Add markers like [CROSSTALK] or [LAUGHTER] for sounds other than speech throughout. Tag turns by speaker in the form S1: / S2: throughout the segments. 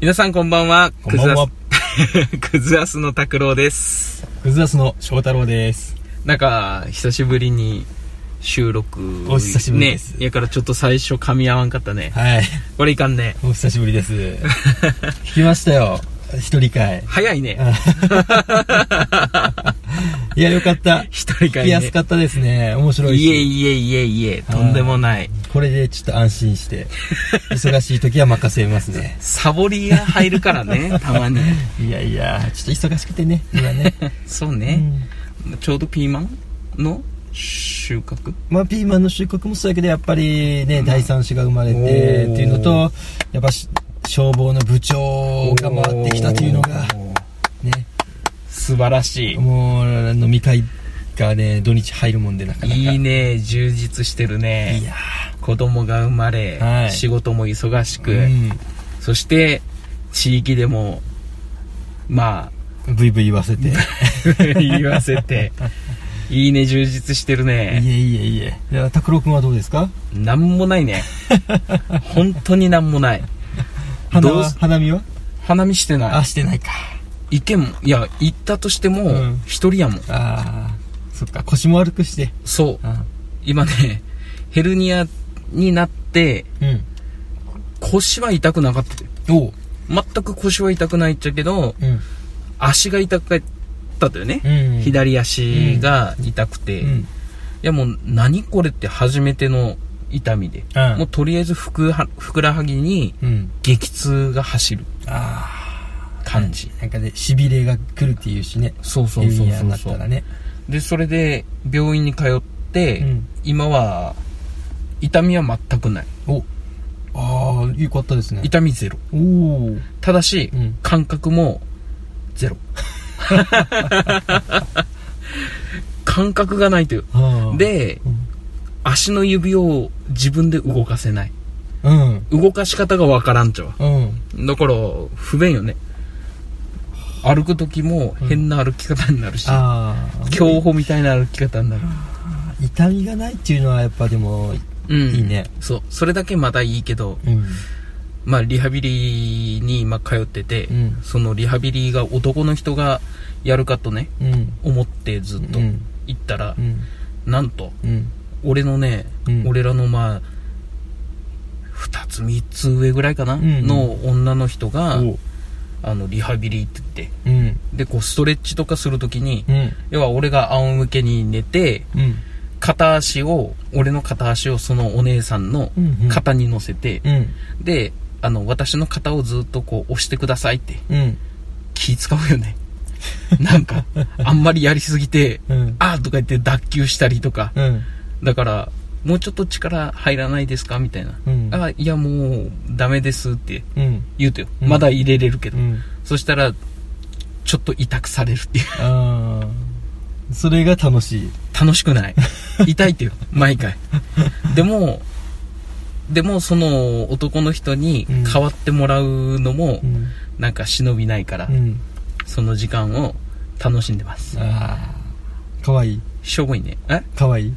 S1: 皆さんこんばんは。
S2: こんばんは
S1: [LAUGHS] クズアスの拓郎です。
S2: クズダスの翔太郎です。
S1: なんか、久しぶりに収録。
S2: お久しぶりです
S1: ね。いやからちょっと最初噛み合わんかったね。 [LAUGHS]
S2: はい。
S1: これいかんね。
S2: お久しぶりです。聞きましたよ。一人会。
S1: [LAUGHS] 早いね。
S2: いや、よかった。
S1: 一人会
S2: 聞き
S1: ね
S2: やすかったですね。面白い
S1: いえ
S2: し。
S1: いえいえいえ、とんでもない。
S2: これでちょっと安心して。忙しい時は任せますね。
S1: サボりが入るから
S2: [LAUGHS]
S1: ね、たまに。
S2: いやいや、ちょっと忙しくてね、今ね。
S1: [LAUGHS] そう
S2: う
S1: ね、
S2: ん
S1: ちょうどピーマンの収穫
S2: まあ、ピーマンの収穫もそうやけど、やっぱりね、第三子が生まれて
S1: お
S2: っ
S1: ー
S2: ていうのと、やっぱし消防の部長が回ってきたというのが、ね、
S1: 素晴らしい。
S2: もう飲み会がね、土日入るもんでなかなか。
S1: いいね、充実してるね。
S2: いや
S1: 子供が生まれ、
S2: はい
S1: 仕事も忙しく、
S2: ー、
S1: そして地域でもま
S2: うん、ブイブイ言わせて。い
S1: あ [LAUGHS] 言わせていいね充実してるね
S2: えいえいえ。いや、拓郎くんはどうですか
S1: なんも
S2: [LAUGHS]
S1: ないね本当になんもない
S2: 花
S1: どう
S2: は
S1: す
S2: 花見は
S1: 花見してな
S2: あ、
S1: い
S2: してないか。
S1: 行けもいや行ったとしても
S2: うん
S1: 一人やもん、
S2: あー、そっか、腰も悪くして。
S1: そう
S2: あ
S1: 今ねヘルニアになって
S2: うん。
S1: 腰は痛くなかったよ
S2: おう。
S1: 全く腰は痛くないっちゃけど
S2: うん。
S1: 足が痛かったとよね、
S2: うん。。
S1: 左足が痛くて、
S2: う
S1: い
S2: ん。
S1: やもう何これって初めての痛みで、
S2: うん
S1: もうとりあえずふくはふくらはぎに
S2: うん。
S1: 激痛が走る
S2: あ
S1: 感じ、
S2: ー、なんかね、痺れが来るっていうしね。
S1: そうそうそう
S2: ヘルニアに
S1: そ
S2: な
S1: う
S2: っ
S1: そ
S2: たら
S1: う
S2: ね。
S1: でそれで病院に通って、
S2: うん
S1: 今は痛みは全くない
S2: おあー、よかったですね。
S1: 痛みゼロ
S2: おー。
S1: ただし、
S2: うん
S1: 感覚もゼ
S2: [LAUGHS]
S1: ロ感覚がないという
S2: あー、
S1: で
S2: うん
S1: 足の指を自分で動かせない
S2: うん。
S1: 動かし方がわからんちゃう
S2: うん。
S1: だから不便よね歩く時も変な歩き方になるし、
S2: あー。
S1: 競歩みたいな歩き方になる
S2: 痛みがないっていうのはやっぱでも、
S1: うん
S2: いいね
S1: そうそれだけまだいいけど
S2: うん。
S1: まあリハビリに今通ってて、
S2: うん
S1: そのリハビリが男の人がやるかとね
S2: うん。
S1: 思ってずっと
S2: うん
S1: 行ったら
S2: う、ん。
S1: なんと
S2: うん。
S1: 俺のね、
S2: うん
S1: 俺らのまあ2つ3つ上ぐらいかな、
S2: ん
S1: の女の人が
S2: おう
S1: あのリハビリって言って
S2: うん。
S1: でこうストレッチとかするときに、
S2: うん。
S1: 要は俺が仰向けに寝て
S2: うん。
S1: 片足を俺の片足をそのお姉さんの
S2: うんうん
S1: 肩に乗せて、
S2: うん。
S1: であの私の肩をずっとこう押してくださいって
S2: うん。
S1: 気使うよね [LAUGHS] なんかあんまりやりすぎて
S2: うん。
S1: あーとか言って脱臼したりとか
S2: うん。
S1: だからもうちょっと力入らないですかみたいな、
S2: うん
S1: あいやもうダメですって
S2: うん。
S1: 言うとよ、
S2: うん
S1: まだ入れれるけ
S2: う
S1: ど、
S2: ん。
S1: そしたらちょっと痛くされるっていう
S2: ああ。それが楽しい。
S1: 楽しくない [LAUGHS] 痛いってよ毎回でもでもその男の人に
S2: うん
S1: 代わってもらうのも
S2: うん。
S1: なんか忍びないから、
S2: うん。
S1: その時間を楽しんでます
S2: ああ。かわいい。
S1: しょぼいねえ
S2: かわいい。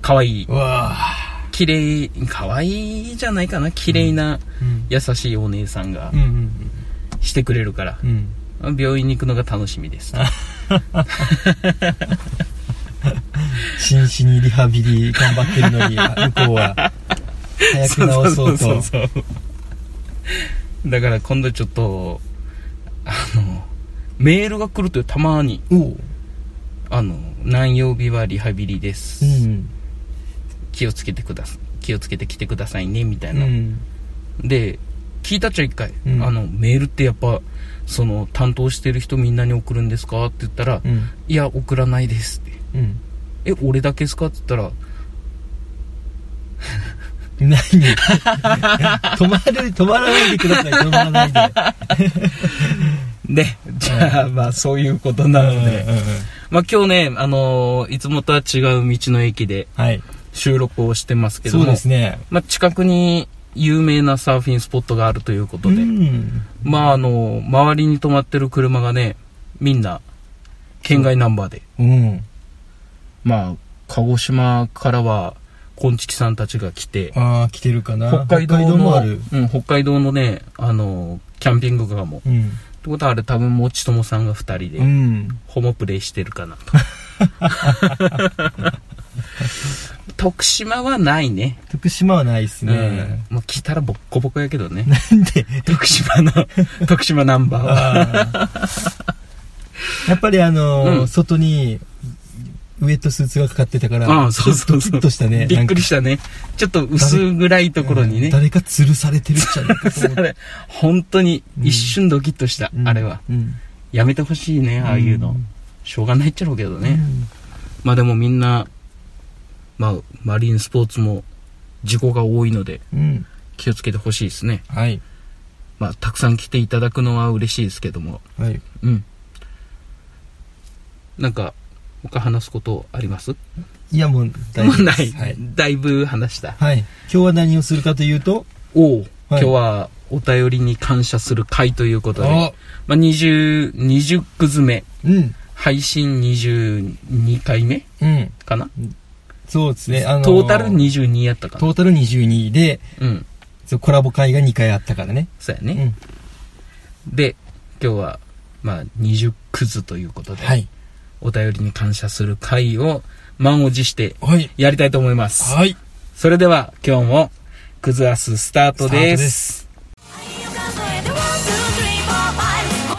S1: かわいい
S2: わあ。
S1: 綺麗かわいいじゃないかな綺麗な
S2: うん。
S1: 優しいお姉さんが
S2: うんうん。
S1: してくれるから
S2: う、ん。
S1: 病院に行くのが楽しみです
S2: 真摯にリハビリ頑張ってる [LAUGHS] のに、あ向こうは。早く直そうと。
S1: そうそうだから今度ちょっとあのメールが来るとたまに
S2: おう。
S1: あの何曜日はリハビリです、
S2: うん。
S1: 気をつけてくださ気をつけてきてくださいねみたいうな、
S2: ん。
S1: で聞いたっちゃ一回、
S2: うん
S1: あのメールってやっぱその担当してる人みんなに送るんですかって言ったら、
S2: うん。
S1: いや送らないですって
S2: うん。
S1: え俺だけですかって言ったら
S2: 何 [LAUGHS] 止まる、止まらないでください、止まらないで。
S1: でじゃあ、まあそういうことなので、
S2: うんうんうん
S1: まあ今日ねあのいつもとは違う道の駅で
S2: はい。
S1: 収録をしてますけども
S2: そうですね。
S1: まあ、近くに有名なサーフィンスポットがあるということで、
S2: ん。
S1: まああの周りに止まってる車がねみんな県外ナンバーで、
S2: うん。
S1: まあ鹿児島からは昆虫さんたちが来て
S2: ああ、来てるかな。
S1: 北海道の
S2: もある。
S1: うん、北海道のねあのキャンピングカーも。っ
S2: うん。
S1: てことはあれ多分、もちともさんが二人で、
S2: うん。
S1: ホモプレイしてるかな [LAUGHS] と。徳島はないね。
S2: 徳島はないっす
S1: う
S2: ね
S1: ん。。もう来たらボッコボコやけどね。
S2: なんで
S1: 徳島の、徳島ナンバーは。
S2: あーやっぱりあのー
S1: うん
S2: 外にウエットスーツがかかってたから、
S1: ああ、そうそう
S2: ちょ
S1: そ
S2: っと
S1: う。
S2: ドキッとしたね。
S1: びっくり
S2: し
S1: したね。ちょっと薄暗いところにね。
S2: 誰か吊るされてるんじゃないかと
S1: そ
S2: 思って。
S1: れ、本当に
S2: うん
S1: 一瞬ドキッとした、
S2: う
S1: [LAUGHS]
S2: ん
S1: あれは。。
S2: うん
S1: やめてほしいね、ああいうの。
S2: うん
S1: しょうがないっちゃろうけどね。まあでもみんな、まあ、マリンスポーツも事故が多いので
S2: うん。うん
S1: 気をつけてほしいですね。
S2: はい。
S1: まあ、たくさん来ていただくのは嬉しいですけども。
S2: はい。
S1: うん。なんか、他話すことあります
S2: いや、もう大
S1: もう
S2: 丈夫
S1: な
S2: で
S1: い、
S2: す。はい。
S1: だいぶ話した。
S2: はい。今日は何をするかというと、
S1: おう、今
S2: はい
S1: 日はお便りに感謝する回ということで、
S2: あ
S1: まあ、20、20くずめ、
S2: うん。
S1: 配信22回目
S2: うん。
S1: かな、
S2: そうですね。あのー
S1: トータル。22やったかな
S2: トータル22で、
S1: うん。
S2: そうコラボ会が2回あったからね。
S1: そうや
S2: う
S1: ね。
S2: ん。
S1: で、今日は、まあ、20くずということで、
S2: はい。
S1: お便りに感謝する回を満を持して
S2: はい。
S1: やりたいと思います。
S2: はい。
S1: それでは、今日も、くずあすスタート
S2: スター
S1: で。
S2: トです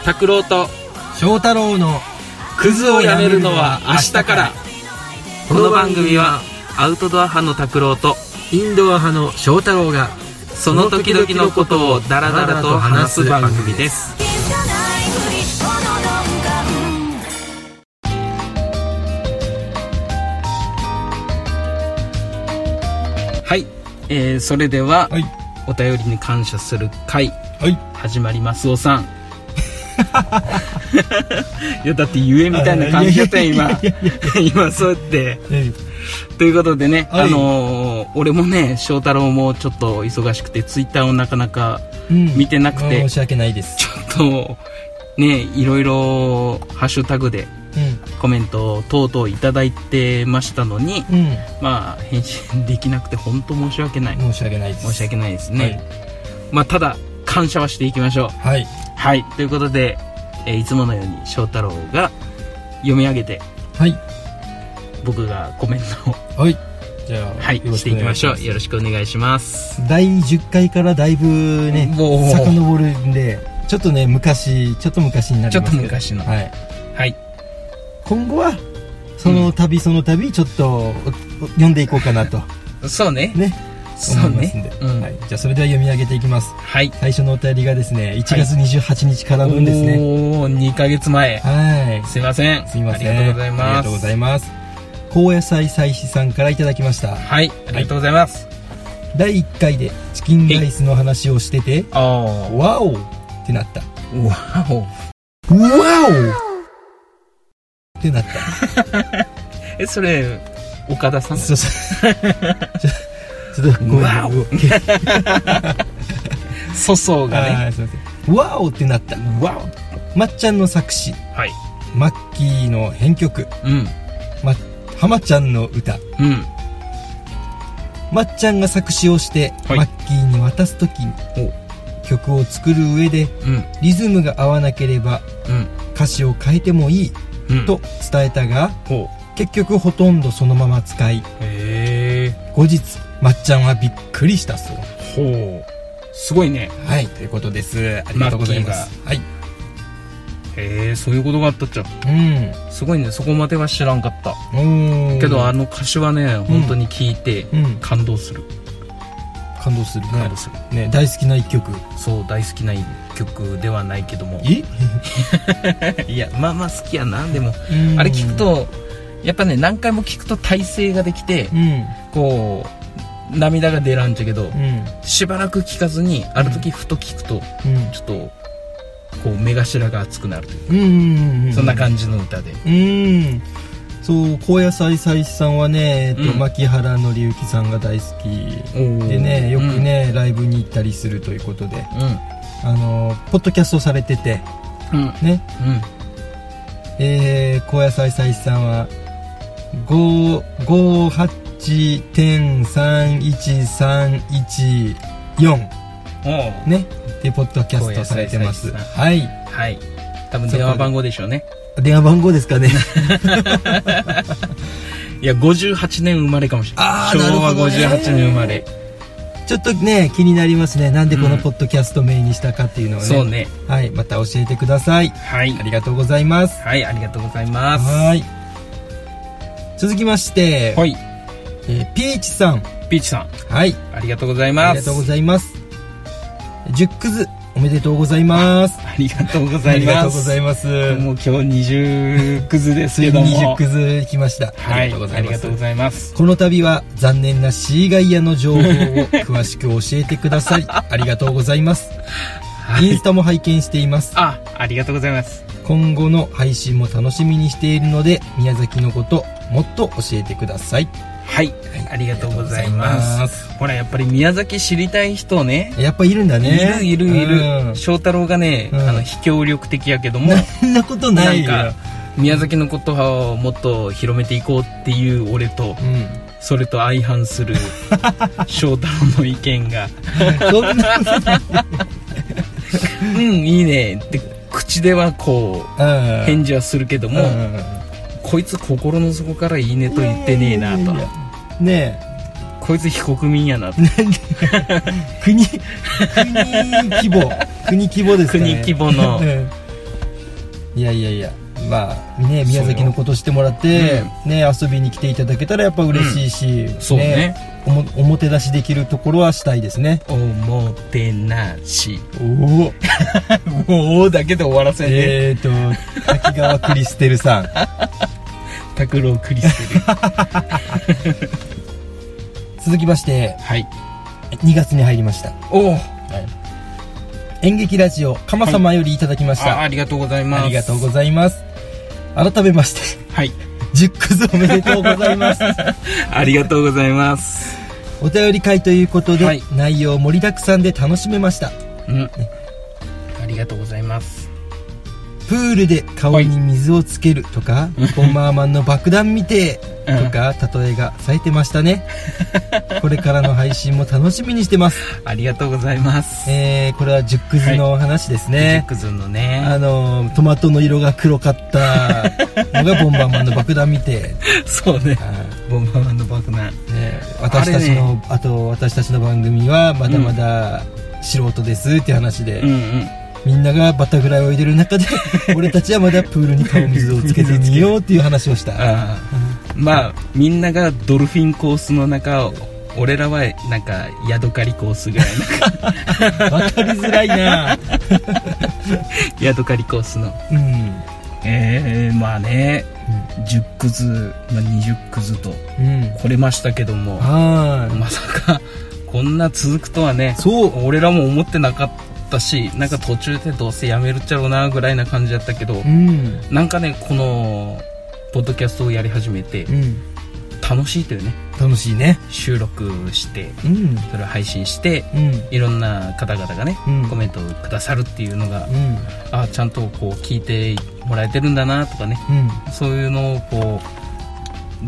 S1: 拓郎と、
S2: 翔太郎の
S1: クズをやめるのは明日からこの番組はアウトドア派の拓郎と
S2: インドア派の翔太郎が
S1: その時々のことをダラダラと話す番組ですはい、えー、それでは
S2: はい
S1: お便りに感謝する会
S2: はい
S1: 始まりますおさん [LAUGHS] いやだってゆえみたいな感じだったよ
S2: い
S1: 今
S2: やいやいやいや
S1: [LAUGHS] 今そうやって
S2: 大丈
S1: ということでね、
S2: はい
S1: あのー俺もね翔太郎もちょっと忙しくてツイッターをなかなか
S2: 夫うん
S1: 見てなくて
S2: 申し訳ないです
S1: ちょっとねいろいろハッシュタグでコメントを等々いただいてましたのに
S2: うんうん
S1: まあ返信できなくて本当申し訳ない
S2: 申し訳ないです
S1: 申し訳ないですね、まあただ感謝はしていきましょう
S2: はい
S1: は
S2: はい
S1: いということで、えーいつものように翔太郎が読み上げて
S2: はい
S1: 僕がコメントを、
S2: はいじゃあ
S1: はい、
S2: よろ
S1: して
S2: くお
S1: いき
S2: 願
S1: ましょ
S2: す
S1: うよろしくお願いします
S2: 第10回からだいぶね
S1: おー
S2: 遡るんでちょっとね昔ちょっと昔になりますけ
S1: ち
S2: ど
S1: ょっと昔の
S2: はい
S1: はい
S2: 今後はその度その度ちょっとおお読んでいこうかなと
S1: そうね
S2: ね
S1: そう
S2: 思いますんで
S1: ねうん
S2: はいじゃあそれでは読み上げていきます
S1: はい
S2: 最初のお便りがですね1月28日から分ですね
S1: おー2ヶ月前
S2: はい
S1: すいません
S2: すいません
S1: ありがとうございます
S2: ありがとうございます高野菜祭司さんからいただきました
S1: はいありがとうございます、
S2: 第1回でチキンライスの話をしてて
S1: ああ
S2: ワオってなった
S1: わお
S2: ワオってなっ
S1: えそれ岡田さ
S2: た
S1: ん
S2: そうそうちょちょっとごめん
S1: ワオ
S2: うわ
S1: 粗相
S2: あーすいませんワオってなった
S1: わ
S2: まっちゃんの作詞
S1: おはい
S2: マッキーの編曲
S1: うん
S2: ま浜ちゃんの歌
S1: うん
S2: まっちゃんが作詞をして、
S1: はい
S2: マッキーに渡す時に曲を作る上で
S1: うん
S2: リズムが合わなければ
S1: うん
S2: 歌詞を変えてもいい
S1: うん
S2: と伝えたが
S1: ほ
S2: 結局ほとんどそのまま使いう
S1: へえ
S2: 後日まっちゃんはびっくりしたそう
S1: ほうすごいね
S2: はいということですありがとうございますはい
S1: へえそういうことがあったっちゃ
S2: うん
S1: すごいねそこまでは知らんかった
S2: おー
S1: けどあの歌詞はね本当に聞いて
S2: うん
S1: 感動する、
S2: 感動する
S1: 感
S2: ね
S1: 動する
S2: ね大好きな一曲
S1: そう大好きな一曲ではないけども
S2: え
S1: [LAUGHS] いやまあまあ好きやなでもあれ聞くとやっぱね何回も聞くと体勢ができて
S2: うん
S1: こう涙が出らんちゃけど
S2: うん
S1: しばらく聞かずにある時ふと聞くと
S2: うん
S1: ちょっとこう目頭が熱くなるという
S2: うんうんう
S1: そんな感じの歌で
S2: うんそう高野菜菜師さんはね、えっと
S1: うん
S2: 牧原紀之さんが大好きで
S1: で
S2: ねよくね、ライブに行ったりするということで
S1: う
S2: あのポッドキャストされてて
S1: んうん
S2: ね
S1: うん
S2: えー、高野菜菜師さんは58.31314
S1: おう
S2: ねでポッドキャストされてます
S1: 高野
S2: はい
S1: はい多分電話番号でしょうね
S2: 電話番号ですかね [LAUGHS]
S1: いや58年生まれかもしれな
S2: あ
S1: い
S2: ーなる
S1: 昭和
S2: ほどね
S1: 58年生まれ、
S2: ちょっとね気になりますねなんでこ
S1: う
S2: の
S1: ん
S2: ポッドキャスト名にしたかっていうのはね,、
S1: そうね
S2: はいまた教えてください
S1: はい
S2: ありがとうございます
S1: はいありがとうございます
S2: はい続きまして、
S1: はい
S2: えーピーチさん
S1: ピーチさん
S2: はい
S1: ありがとうございます
S2: ありがとうございます10クズおめでとうございます
S1: ありがとうご
S2: あ
S1: ざい
S2: り
S1: ます
S2: がとうございます
S1: もう今日20クズです
S2: つい
S1: け
S2: に
S1: ども
S2: 20クズ来ました、
S1: はいあ
S2: あ
S1: り
S2: り
S1: が
S2: が
S1: と
S2: と
S1: う
S2: う
S1: ご
S2: ございます
S1: ざいます
S2: この度は残念なシーガイアの情報を詳しく教えてくだ
S1: [LAUGHS]
S2: さいありがとうございます
S1: はい
S2: インスタも拝見しています
S1: あありがとうございます
S2: 今後の配信も楽しみにしているので宮崎のこともっと教えてください
S1: はいありがとうございます
S2: ありがとうございます
S1: ほらやっぱり宮崎知りたい人ね
S2: やっぱいるんだね
S1: いるいるいる、
S2: うん
S1: 翔太郎がね、
S2: うん
S1: あの非協力的やけども
S2: そんなことないよ
S1: なんか宮崎のことをもっと広めていこうっていう俺と
S2: うん
S1: それと相反す
S2: [LAUGHS]
S1: る翔太郎の意見が
S2: そんなことない
S1: 「うんいいね」って口ではこう
S2: うん
S1: 返事はするけども、
S2: うん
S1: こいつ心の底から「いいね」と言ってねえなと
S2: いやねえ
S1: こいつ非国民やなと
S2: 国国規模国規模ですかね
S1: 国規模の
S2: うんいやいやいやまあね宮崎のことしてもらって、ね遊びに来ていただけたらやっぱ嬉しいし、
S1: そうね
S2: おもおもてなしできるところはしたいですね
S1: おもてなし
S2: おお
S1: もうだけで終わらせね
S2: えーと滝川クリステルさん
S1: 拓郎クリス
S2: [LAUGHS]
S1: テル
S2: 続きまして
S1: はい
S2: 2月に入りました、
S1: おお
S2: 演劇ラジオ「鎌様」よりいただきました、
S1: あありがとうございます
S2: ありがとうございます改めまして [LAUGHS]
S1: はい
S2: 10クズおめでとうござい
S1: [LAUGHS]
S2: ます
S1: ありがとうございます
S2: お便り会ということで、
S1: はい
S2: 内容盛りだくさんで楽しめました
S1: うんありがとうございます
S2: プールで顔に水をつけるとか、ボンバーマンの爆弾見てとか、例えが冴えてました
S1: [LAUGHS]
S2: ねこれからの配信も楽しみにしてます、
S1: ありがとうございます
S2: えー、これは10クズの話ですね、
S1: クズのね
S2: あのトマトの色が黒かったのがボンバーマンの爆弾見
S1: [LAUGHS]
S2: て
S1: そうね
S2: はい
S1: ボンバーマンの爆弾
S2: ね、私たちのあ,、と私たちの番組はまだまだ素人ですっていう話で、
S1: うんうん
S2: みんながバタフライを泳いでる中 [LAUGHS] で俺たちはまだプールに顔水をつけてみようっていう話をした
S1: ああまあみんながドルフィンコースの中を俺らはなんかヤドカリコースぐらい [LAUGHS] の
S2: 分かりづらいな
S1: ヤドカリコースの
S2: うん
S1: ええまあね、10クズ、まあ、20クズと
S2: うん
S1: 来れましたけども
S2: は
S1: まさかこんな続くとはね
S2: いそう
S1: 俺らも思ってなかったしなんか途中でどうせやめるっちゃろうなぐらいな感じだったけど、
S2: うん
S1: なんかねこのポッドキャストをやり始めて
S2: うん
S1: 楽しいというね
S2: 楽しいね
S1: 収録して
S2: うん
S1: それを配信して
S2: うん
S1: いろんな方々がね、
S2: うん
S1: コメントをくださるっていうのが
S2: うん
S1: あちゃんとこう聞いてもらえてるんだなとかね
S2: うん
S1: そういうのをこう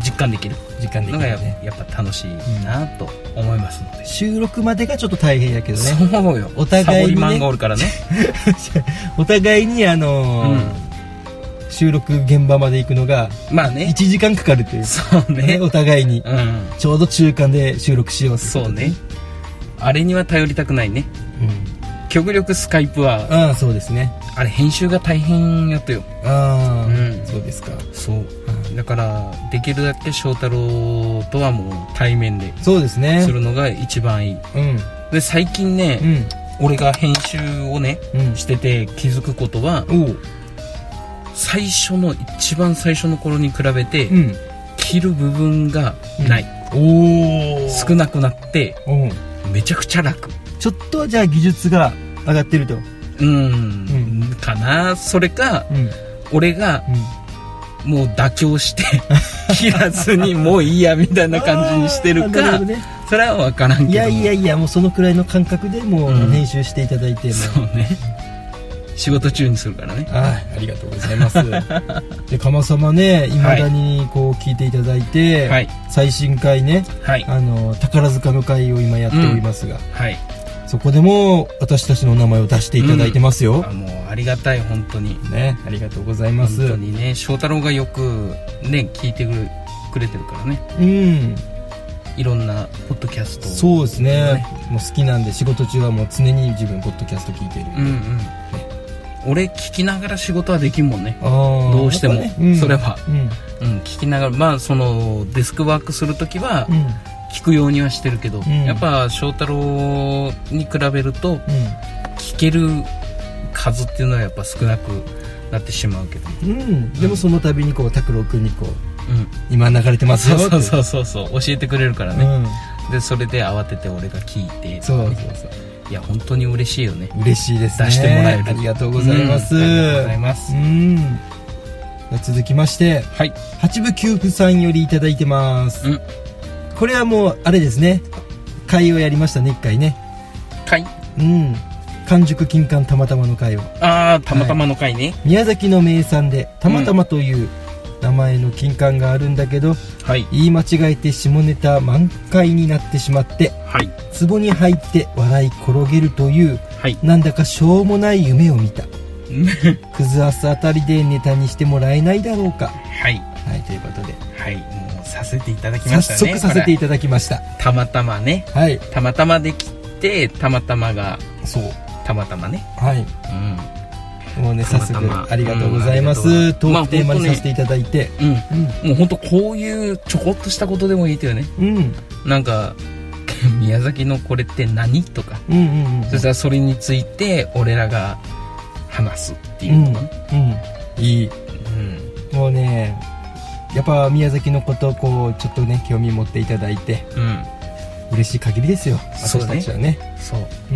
S1: 実感できる
S2: 時間で
S1: の
S2: き
S1: が
S2: る
S1: や,、
S2: ね
S1: やっぱ楽しいなと思いますので、
S2: 収録までがちょっと大変やけどね
S1: そうよ
S2: お互い
S1: サボり
S2: にね
S1: マンがおるからね
S2: [LAUGHS] お互いにあのー収録現 [LAUGHS] 場まで行くのが
S1: まあ
S2: 1
S1: ね
S2: 時間かかるという
S1: そうね
S2: [LAUGHS] ね、お互いに
S1: うん
S2: ちょうど中間で収録しようってこと
S1: そうねあれには頼りたくないね
S2: うん
S1: 極力スカイプは
S2: ああそうですね
S1: あれ編集が大変やったよ
S2: ああ、
S1: うん
S2: そうですか
S1: そうだからできるだけ翔太郎とはもう対面で
S2: そうですね
S1: するのが一番いい
S2: うん
S1: で最近ね、
S2: うん
S1: 俺が編集をね
S2: うん
S1: してて気づくことは
S2: おう
S1: 最初の一番最初の頃に比べて、
S2: うん
S1: 切る部分がない、
S2: おお
S1: 少なくなって
S2: うん
S1: めちゃくちゃ楽
S2: ちょっとはじゃあ技術が上がってるとう
S1: う
S2: ん
S1: ん、かなそれか
S2: うん
S1: 俺がもう妥協
S2: [LAUGHS]
S1: して切らずにもういいやみたいな感じにしてる
S2: あー
S1: か
S2: なほどね
S1: それは分からんけども
S2: いやいやいやもうそのくらいの感覚でもう
S1: うん
S2: 編集していただいても
S1: そうね仕事中にするからね
S2: ああありがとうございますで鎌様ねいまだにこう聞いていただいて、
S1: はい
S2: 最新回ね
S1: はい
S2: あの宝塚の会を今やっておりますが、
S1: はい
S2: そこでも私たちのお名前を出していただいてますよ
S1: あ、もうありがたい本当に
S2: ねありがとうございま
S1: 本
S2: す
S1: 当にね翔太郎がよくね聞いてくれくれてるからね
S2: うん
S1: いろんなポッドキャストを
S2: そうですねもう好きなんで仕事中はもう常に自分ポッドキャスト聞いてるんで、
S1: うんうん俺聞きながら仕事はできんもんね
S2: あー
S1: どうしても
S2: やっぱ
S1: それは
S2: うん
S1: うん聞きながらまあそのデスクワークする時は
S2: うん
S1: 聞くようにはしてるけど、
S2: ん
S1: やっぱ翔太郎に比べると聞ける数っていうのはやっぱ少なくなってしまうけど、
S2: うん、うん、でもその度にこう拓郎君にこう
S1: うん、
S2: 「今流れてます
S1: そ
S2: よ」
S1: うそう
S2: う
S1: そうそうそう教えてくれるから
S2: う
S1: ね、
S2: ん、
S1: でそれで慌てて俺が聞いて
S2: そうそうそう
S1: いや本当に嬉しいよね
S2: 嬉しいですね
S1: 出してもらえる
S2: ありがとうございます、
S1: うん
S2: う
S1: ありがとうござい
S2: ん
S1: ます
S2: 続きまして
S1: はい
S2: 八部九部さんよりいただいてます、
S1: うん
S2: これはもうあれですね会をやりましたね一回ね
S1: 回
S2: うん完熟金柑たまたまの会を
S1: ああたまたまの回ね
S2: 宮崎の名産でたまたまという名前の金柑があるんだけど、
S1: はい
S2: 言い間違えて下ネタ満開になってしまって
S1: はい
S2: 壺に入って笑い転げるという
S1: はい
S2: なんだかしょうもない夢を見たクズアスあたりでネタにしてもらえないだろうか
S1: はい
S2: はいということで
S1: はいもうさせていただきま
S2: 早
S1: したね
S2: 速させてい
S1: こ
S2: ただきました
S1: れたまたまね
S2: はい
S1: たまたまできてたまたまが
S2: そう
S1: たまたまね
S2: はい
S1: うん
S2: もうね
S1: た
S2: 早
S1: またま
S2: 速ありがとうございます、
S1: うん
S2: トークテーマにさせていただいて、
S1: うんもう本当こういうちょこっとしたことでもいいとよね
S2: うんうん
S1: なんか [LAUGHS] 宮崎のこれって何とか
S2: うんうんうん
S1: そしたらそれについて俺らが話すっていうのかな
S2: うんいい
S1: うん
S2: もうねやっぱ宮崎のことをこうちょっとね興味持っていただいて
S1: うん
S2: 嬉しい限りですよ
S1: そう
S2: 私
S1: ね
S2: たちはね
S1: そう
S2: う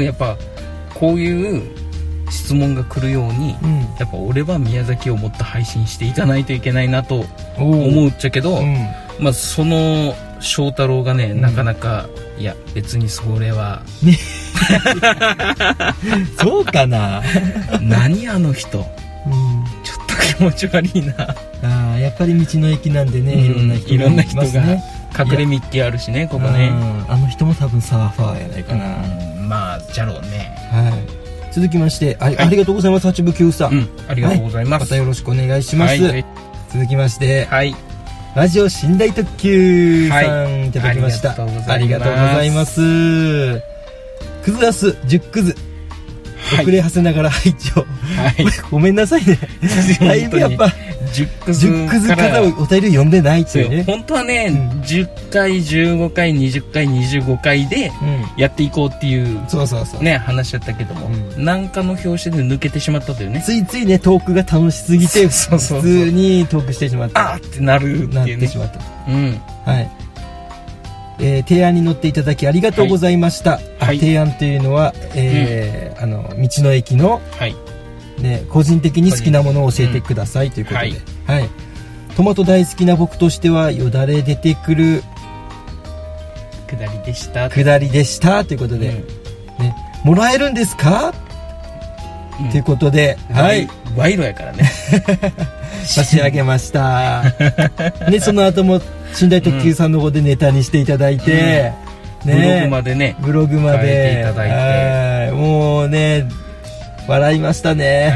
S1: うんやっぱこういう質問が来るように
S2: うん
S1: やっぱ俺は宮崎をもっと配信していかないといけないなと思うっちゃけど、
S2: うん
S1: まあ、その翔太郎がね、
S2: ん
S1: なかなかいや別にそれ
S2: [LAUGHS]
S1: は
S2: そうかな、
S1: 何あの人
S2: うん
S1: ちょっと気持ち悪いな、
S2: ああやっぱり道の駅なんでね、
S1: うん
S2: いろんな人
S1: いろんな人が
S2: いますね
S1: 隠れミッキーあるしねここね
S2: うんあの人も多分サーファーやないかな、
S1: うんまあじゃろうね
S2: はい続きましてあ,、
S1: い
S2: ありがとうございます八部九さん、
S1: うんありがとうございま、
S2: ますたよろしくお願いします、
S1: はい
S2: 続きまして
S1: はい
S2: ラジオ寝台特急さんいただきました、
S1: はい
S2: あ
S1: あ
S2: り
S1: り
S2: が
S1: が
S2: と
S1: と
S2: う
S1: う
S2: ご
S1: ご
S2: ざ
S1: ざ
S2: い
S1: い
S2: ま
S1: ます
S2: クズアス10クズ、
S1: はい
S2: 遅れはせながら拝聴、
S1: はい
S2: [LAUGHS] ごめんなさい
S1: [LAUGHS]
S2: ねだいぶやっぱ
S1: 10クズ
S2: 10クズ
S1: か
S2: から
S1: ら
S2: お便り読んでないっていうね
S1: 本当はね、
S2: うん
S1: 10回15回20回25回で
S2: う
S1: やっていこうっていうん
S2: そうそうそう、
S1: ね話だったけども、
S2: う
S1: なんかの表紙で抜けてしまったというね
S2: ついついねトークが楽しすぎて
S1: そうそうそう
S2: 普通にトークしてしまった
S1: あーってなるって
S2: なっ
S1: いう
S2: て
S1: ね
S2: しまった
S1: うん
S2: はい、えー提案に乗っていただきありがとうございました、あ
S1: はい
S2: 提案というのは、えーあの道の駅の、
S1: はい
S2: ね、個人的に好きなものを教えてくださいということで、
S1: うん
S2: はいトマト大好きな僕としてはよだれ出てくる
S1: 下りでした
S2: くだりでしたということで、ね、もらえるんですか
S1: うん
S2: ということで、
S1: うん
S2: はい
S1: 賄賂やから [LAUGHS] ね
S2: 差し上げました
S1: [LAUGHS]
S2: ねその後も寝台特急さんの方でネタにしていただいて、
S1: ブログまでね
S2: ブログま
S1: 変えて
S2: で
S1: いただいて
S2: はいもうね笑いましたね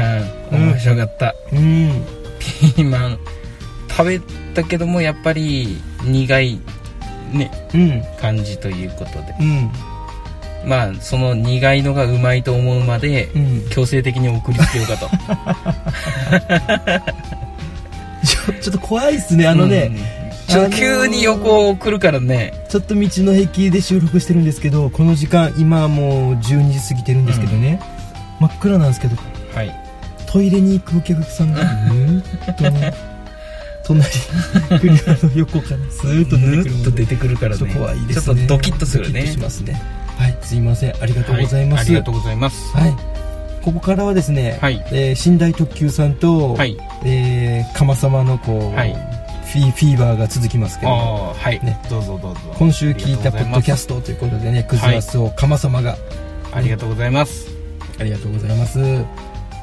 S1: う
S2: うん
S1: ん面白かった、
S2: うん
S1: ピーマン食べたけどもやっぱり苦いね
S2: うん
S1: 感じということで
S2: うん
S1: まあその苦いのがうまいと思うまで
S2: うん
S1: 強制的に送りつけようか [LAUGHS] と
S2: ちょちょっと怖いっすねあのね、
S1: うんちょっと急に横を送るからね
S2: ちょっと道の駅で収録してるんですけどこの時間今もう12時過ぎてるんですけどね、真っ暗なんですけど
S1: はい
S2: トイレに行くお客さんがずーっと
S1: [LAUGHS]
S2: ね隣クリアの横からずーっ
S1: ず
S2: と出てくる
S1: ー
S2: も
S1: っ
S2: ん
S1: と
S2: で
S1: 出てくるから
S2: ちょっ
S1: ね
S2: と怖いですね
S1: ちょっとドキッとする
S2: ドキッ
S1: ね
S2: としますねはいすいませんありがとうございま
S1: はあ
S2: す、
S1: りがとうございます
S2: はい、ここからはですね、
S1: はい
S2: えー寝台特急さんと、
S1: はい
S2: えー、釜様のこう、
S1: はい
S2: フィフィーバーが続きますけ
S1: あ
S2: ども
S1: あはい
S2: ね
S1: どうぞどうぞ
S2: 今週聞いたポッドキャ
S1: ス
S2: ストということでねクズアスを釜様が、
S1: トありがとうございます
S2: ありがとうございます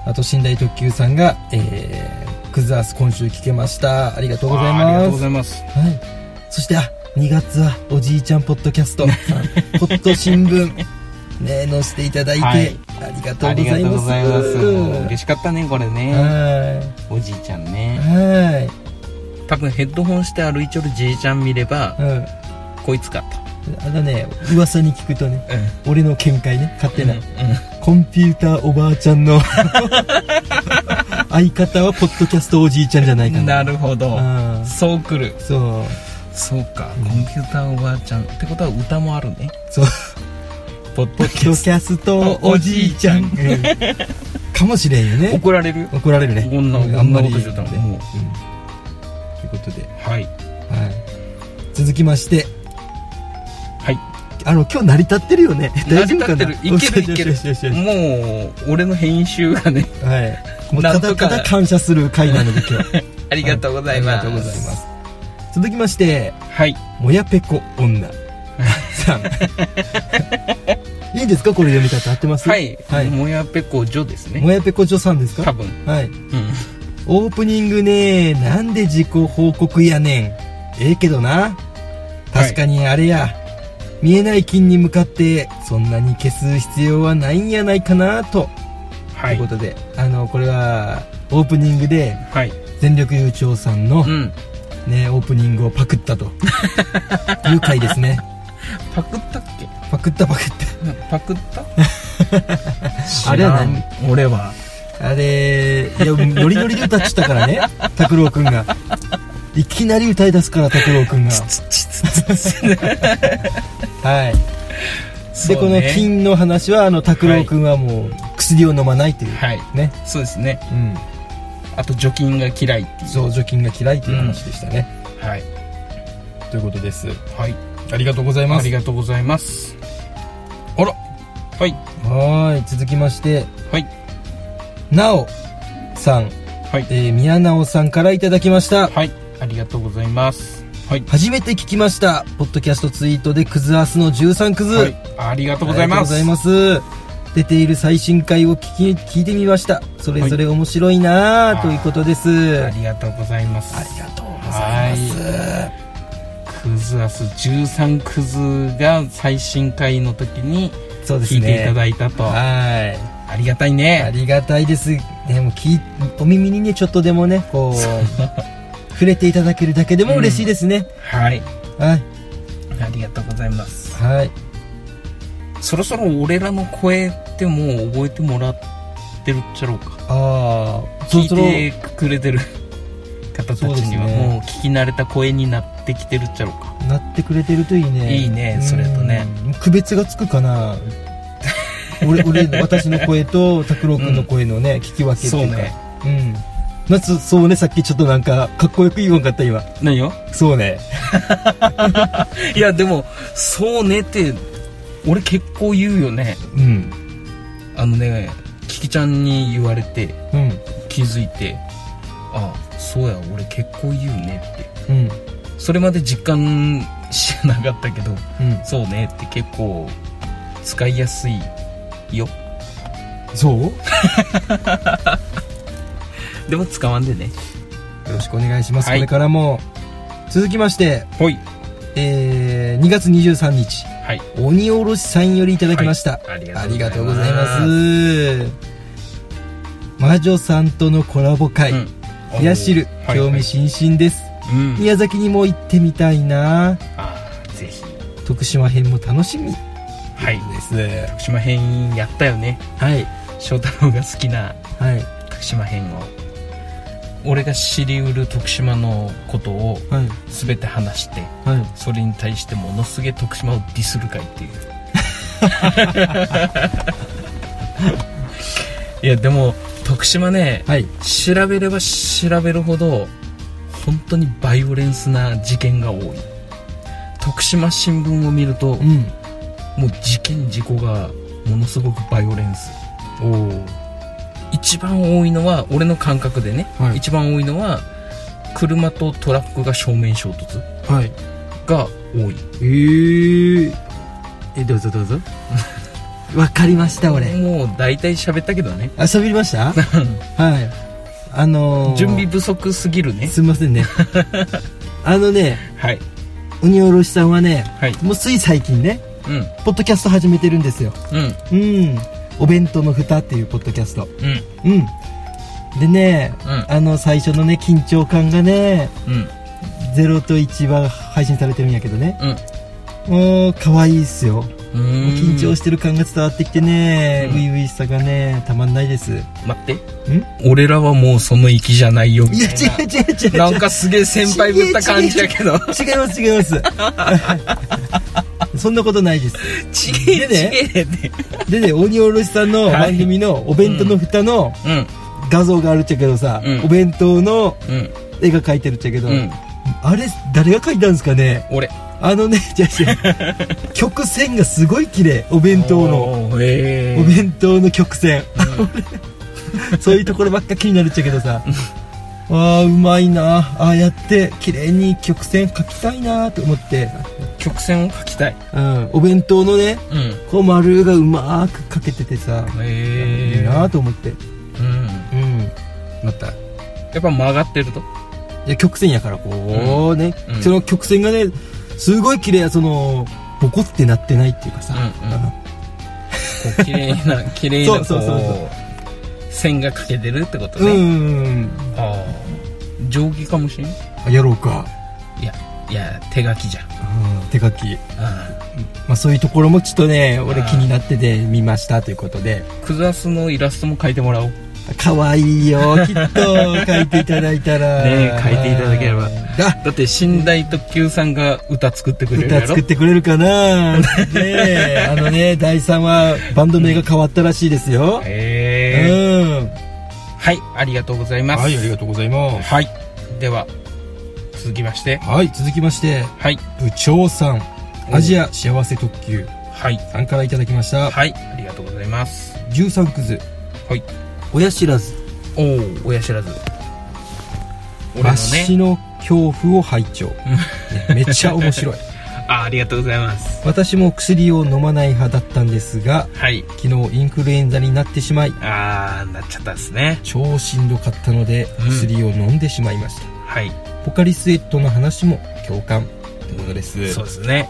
S2: あと寝台特急さんが、えー、クズアス今週聞けましたありがとうござい
S1: あーありがとう
S2: ま
S1: ご
S2: す
S1: ざいます
S2: はい、そしてあ2月はおじいちゃんポッドキャストさんホット新聞ね載せていただいて、
S1: はい
S2: ありがと
S1: あ
S2: うご
S1: りが
S2: ざい
S1: とう
S2: ま
S1: ご
S2: す
S1: ざいます嬉しかったねこれね
S2: は
S1: おじいちゃん
S2: い
S1: ね
S2: は
S1: 多分ヘッドホンして歩いちょるじいちゃん見れば
S2: いうん
S1: こいつか
S2: あのね噂に聞くとね
S1: とうん
S2: 俺の見解ね勝手な、
S1: うん
S2: コンピューターおばあちゃんの相方はポッドキャストおじいちゃんじゃないかな
S1: なるほど
S2: あー
S1: そうくる
S2: そう
S1: そうかコンピューターおばあちゃんってことは歌もあるね
S2: そう
S1: ポッド
S2: ポッドキャストおじいちゃん、うんかもしれんよね
S1: 怒られる
S2: 怒られるね
S1: こんな
S2: うあんまり
S1: こんなこと言ってたらもう
S2: ねうんということで、
S1: はい
S2: はい、続きまして
S1: はい
S2: あの今日成り立ってるよね大丈夫か
S1: 成
S2: な
S1: り立ってるいけるい
S2: よしよしよしよしよし
S1: もう俺の編集がね
S2: はいもう
S1: な
S2: た
S1: んと
S2: だ
S1: か
S2: ただ感謝する回なので今日
S1: [LAUGHS] ありがとうございます、
S2: ありがとうございます続きまして
S1: はい
S2: もやぺこ
S1: [LAUGHS]
S2: 女さんいいですかこれ読み方合ってます
S1: はい、
S2: はい
S1: もやぺこ女ですね
S2: もやぺこ女さんですか
S1: 多分
S2: はい
S1: うん
S2: オープニングねなんで自己報告やねんええけどな確かにあれや、見えない金に向かってそんなに消す必要はないんやないかなと,、
S1: はい
S2: という
S1: い
S2: ことであのこれはオープニングで
S1: はい
S2: 全力優勝さんの
S1: う、ん
S2: ね、オープニングをパクった [LAUGHS] という回ですね
S1: パクったっけ
S2: パクったパクった
S1: パクった [LAUGHS]
S2: あれは何
S1: 知らん俺 [LAUGHS] は
S2: あれいやノリノリで歌ってたからね拓郎くんがいきなり歌い出すから拓郎くんがはいで、この
S1: 金
S2: 金の話はあの拓郎くんはもう薬を飲まないという、
S1: はい
S2: ね、
S1: そうですね
S2: うん、
S1: あと除菌が嫌いっていう
S2: そう除菌が嫌いという話でしたね、
S1: はい
S2: ということです
S1: はい
S2: ありがとうござい
S1: ありがとうございますあらはい
S2: はーい続きまして
S1: はい
S2: なおさん、
S1: はい
S2: えー宮直さんからいただきました
S1: はいありがとうございますはい
S2: 初めて聞きましたポッドキャストツイートで「クズアスの13クズ」
S1: はいありがとうございます
S2: ありがとうございます出ている最新回を聞き聞いてみましたそれぞれ面白いな
S1: は
S2: あ
S1: い
S2: ということです、
S1: ありがとうございます
S2: ありがとうご
S1: ざいますクズアス13クズが最新回の時に
S2: そうです
S1: 聞い
S2: ね
S1: ていただいたと、
S2: は
S1: ありがたい
S2: いあ
S1: ね
S2: りがたいですねもう聞いお耳にねちょっとでもねこう触れていただけるだけでも嬉しいですね、
S1: はい
S2: はい
S1: ありがとうございます
S2: はい
S1: そろそろ俺らの声ってもう覚えてもらってるっちゃろうか
S2: ああ
S1: 聞
S2: そろ
S1: い
S2: そろ
S1: てくれてる方たちには
S2: そうですね
S1: もう聞き慣れた声になってきてるっちゃろうか
S2: なってくれてるといいね
S1: いいねそれとね
S2: うん区別がつくかな俺俺私の声と拓郎君の声のね、聞き分けっていう
S1: そ
S2: か
S1: うね
S2: うんまあそそうねさっきちょっとなんかかっこよく言わんかった今
S1: 何よ
S2: そうね
S1: いやでも「そうね」って俺結構言うよね
S2: うん
S1: あのねキキちゃんに言われて
S2: うん
S1: 気づいてああそうや俺結構言うねって
S2: うん
S1: それまで実感しなかったけど
S2: うん
S1: そうねって結構使いやすいよ
S2: そうよ
S1: でも使わんでね
S2: ろしくお願いします、
S1: はい
S2: これからも続きまして、
S1: ほい
S2: えー2月23日
S1: はい
S2: 鬼おろしさんよりいただきまし
S1: は
S2: た、
S1: い
S2: あ
S1: あ
S2: り
S1: り
S2: が
S1: が
S2: と
S1: とう
S2: うご
S1: ご
S2: ざ
S1: ざ
S2: い
S1: い
S2: ま
S1: ます
S2: す魔女さんとのコラボ会、
S1: うん
S2: 冷や汁
S1: おー
S2: 興味津々です、
S1: はいはいうん
S2: 宮崎にも行ってみたいな
S1: あーぜひ
S2: 徳島編も楽しみ
S1: はい
S2: ですね
S1: 徳島編やったよね
S2: はい
S1: 翔太郎が好きな
S2: はい
S1: 徳島編を俺が知りうる徳島のことを
S2: はい
S1: 全て話して
S2: はい
S1: それに対してものすげえ徳島をディスる会っていう [LAUGHS] いやでも徳島ね
S2: はい
S1: 調べれば調べるほど本当にバイオレンスな事件が多い徳島新聞を見ると
S2: うん
S1: もう事件事故がものすごくバイオレンス
S2: おお
S1: 一番多いのは俺の感覚でね、
S2: はい
S1: 一番多いのは車とトラックが正面衝突
S2: はい
S1: が多い
S2: えー、えどうぞどうぞ [LAUGHS] わかりました俺
S1: もう大体喋ったけどね
S2: あ喋りまし
S1: [LAUGHS]
S2: たはいあのー、
S1: 準備不足すぎるね
S2: すいませ
S1: [LAUGHS]
S2: んねあのね
S1: はい
S2: 鬼おろしさんはね
S1: はい
S2: もうつい最近ね
S1: うん
S2: ポッドキャスト始めてるんですよ
S1: うん
S2: うんお弁当の蓋っていうポッドキャスト
S1: うん
S2: うんでね、
S1: うん
S2: あの最初のね緊張感がね
S1: うん
S2: 0と1は配信されてるんやけどね
S1: うん
S2: もう可愛いっすよ
S1: うーん
S2: 緊張してる感が伝わってきてね
S1: うん
S2: 初々しさがねたまんないですいや
S1: 待って俺らはもうその域じゃないよみたいな
S2: 違う違う違う違う
S1: なんかすげえ先輩ぶった感じやけど
S2: 違います違います [LAUGHS] そんなことないです
S1: ちげえちげえって
S2: でね鬼おろしさんの番組のお弁当の蓋の
S1: うん
S2: 画像があるっちゃけどさ、
S1: うん
S2: お弁当の
S1: うん
S2: 絵が描いてるっちゃけど、
S1: うん
S2: あれ誰が描いたんですかね
S1: 俺
S2: あのね [LAUGHS] 違う違う曲線がすごい綺麗お弁当の
S1: のええ
S2: お弁当の曲線、 [LAUGHS] そういうところばっか気になるっちゃけどさあーうまいなああやって綺麗に曲線描きたいなと思って、
S1: 曲線を描きたい
S2: うん、お弁当のね
S1: うん
S2: こう丸がうまーく描けててさ、
S1: ええ
S2: いいなと思って
S1: うん
S2: うんまたい
S1: やっぱ曲がってると
S2: や曲線やからこうね、
S1: うん
S2: その曲線がねすごい綺麗やそのボコってなってないっていうかさ、
S1: うんうんこう綺麗
S2: [LAUGHS]
S1: な綺麗なこ
S2: そうそうそう
S1: う線が描けてるってこと
S2: うん
S1: ね
S2: うんうん
S1: ああ定規かもしれんい
S2: あやろうか、
S1: やいや手書きじゃん
S2: うん、手書き
S1: あ
S2: まあ、そういうところもちょっとね俺気になってて見ましたということで
S1: あクザスのイラストも描いてもらおう
S2: 可愛
S1: [LAUGHS]
S2: いよきっと書いていただいた
S1: ね
S2: ら
S1: え書いていただければ
S2: だ
S1: だって寝台特急さんが歌作ってくれるや
S2: 歌
S1: ろ
S2: 作ってくれる
S1: [LAUGHS]
S2: かなねえあのね第3話バンド名が変わったらしいですよ、うん
S1: へえはいありがとうございます
S2: はいありがとうございます
S1: はいでは続きまして
S2: はい続きまして
S1: はい
S2: 部長さんアジア幸せ特急
S1: はい
S2: さんからいただきました
S1: はいありがとうございます
S2: 13くず
S1: はい
S2: 親知らず
S1: おお親知らず俺の
S2: 足
S1: ね
S2: の恐怖を拝
S1: [LAUGHS]
S2: 聴、ねめっちゃ面白い
S1: あありがとうございます
S2: 私も薬を飲まない派だったんですが
S1: はい
S2: 昨日インフルエンザになってしまい
S1: ああなっちゃったっすね
S2: 超しんどかったので
S1: うん
S2: 薬を飲んでしまいました、
S1: はい
S2: ポカリスエットの話も共感ってことです
S1: そうですね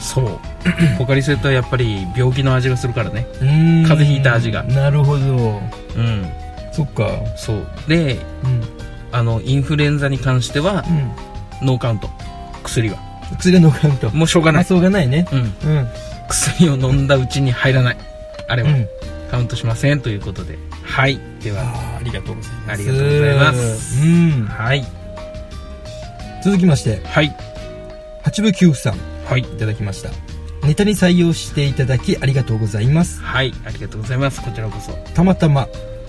S1: そう [CLEARS THROAT] ポカリスエットはやっぱり病気の味がするからね
S2: うーん
S1: 風邪ひいた味が
S2: なるほど
S1: うん
S2: そっか
S1: そうで
S2: うん
S1: あのインフルエンザに関してはノーカウント薬は
S2: 薬が飲まんと
S1: もうしょうがな
S2: あ
S1: い
S2: そうがないね
S1: うん
S2: うんうん
S1: 薬を飲んだうちに入らないあれはカウントしませんということではいでは
S2: あーありがとうございます
S1: ありがとうございます
S2: うん
S1: はい
S2: 続きまして
S1: はい
S2: 八部九夫さんい
S1: はい
S2: ただきましたネタに採用していただきありがとうございます
S1: はいありがとうございますこちらこそ
S2: たまたま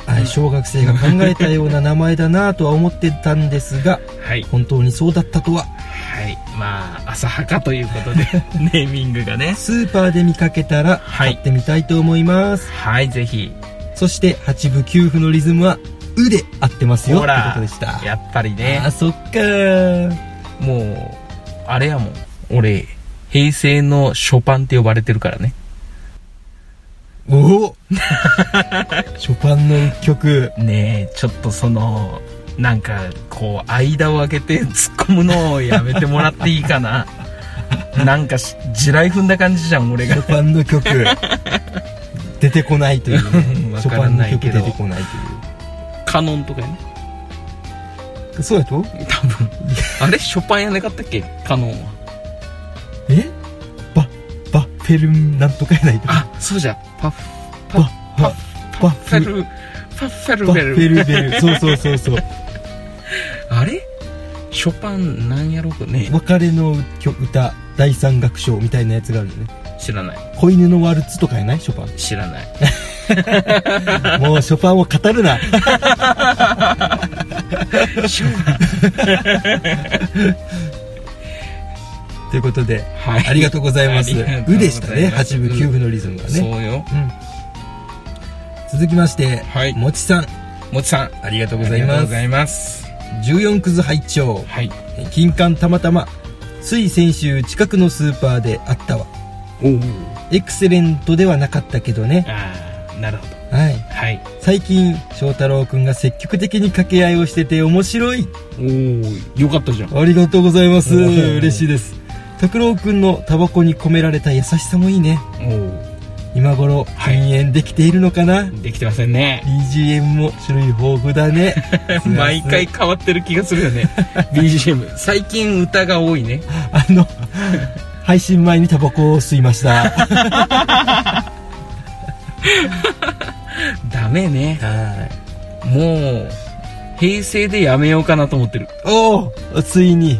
S2: あ小学生が考えたような名前だなとは思ってたんですが
S1: はい
S2: 本当にそうだったとは
S1: はいまあ浅はかという
S2: [LAUGHS]
S1: ことでネーミングがね
S2: スーパーで見かけたら
S1: はい
S2: 買ってみたいと思います、
S1: はいぜひ
S2: そして8部9部のリズムは「う」で合ってますよ
S1: ほ
S2: ってこ
S1: ら
S2: とでした
S1: やっぱりね
S2: あそっかー
S1: もうあれやもん俺平成のショパンって呼ばれてるからね [LAUGHS]
S2: おおショパンの一曲
S1: ねえちょっとそのなんかこう間を空けて突っ込むのをやめてもらっていいかななんかし地雷踏んだ感じじゃん俺
S2: シ
S1: が
S2: ョパンの曲
S1: [LAUGHS]
S2: 出てこないというね
S1: わ
S2: ショ
S1: か
S2: パ
S1: ら
S2: ンの
S1: ない
S2: 曲
S1: け
S2: 出
S1: ど
S2: てこない
S1: カノンとかね
S2: というそうやと
S1: 多分あれショパンやなかったっけカノンは
S2: えババッフェルンなんとかやないとバ
S1: あそうじゃパフ
S2: バババッ
S1: フェ
S2: フェル
S1: ルパフェル
S2: バ
S1: ベ
S2: ッフ
S1: ル
S2: ェルベルそうそうそうそう
S1: あれショパンなんやろうかね
S2: 別れの曲歌第三楽章みたいなやつがあるよね
S1: 知らない
S2: 子犬のワルツとかやないショパ
S1: 知らない
S2: ン。もうショパンを語る
S1: [LAUGHS]
S2: な。
S1: ショパン
S2: ということで、
S1: はい
S2: ありがとうございます。
S1: ありがとうございます
S2: うでしたね。八部九部のリズムが
S1: そう
S2: ね。
S1: よ
S2: うん。続きまして、
S1: はい
S2: もちさん。
S1: もちさん
S2: ありがとうご
S1: あ
S2: ざ
S1: り
S2: い
S1: がとう
S2: ま
S1: ご
S2: す
S1: ざ。います
S2: 14くず拝聴。
S1: はい
S2: 金刊たまたま。つい先週近くのスーパーであったわ。
S1: おお
S2: エクセレントではなかったけどね。
S1: ああなるほど
S2: はい。
S1: はい
S2: 最近、翔太郎くんが積極的に掛け合いをしてて面白い。
S1: おおよかったじゃん [LAUGHS]
S2: ありがとうございます。
S1: おー
S2: 嬉しいです。拓郎くんのタバコに込められた優しさもいいね
S1: お
S2: 今頃
S1: はい
S2: 禁煙できているのかな、
S1: おできてませんね
S2: BGM も種類豊富だね
S1: [LAUGHS] 毎回変わってる気がする [LAUGHS] よね BGM 最近歌が多いね
S2: [LAUGHS] あの配信前にタバコを吸いました
S1: ダメね
S2: はい
S1: もう平成でやめようかなと思ってる、
S2: おおついに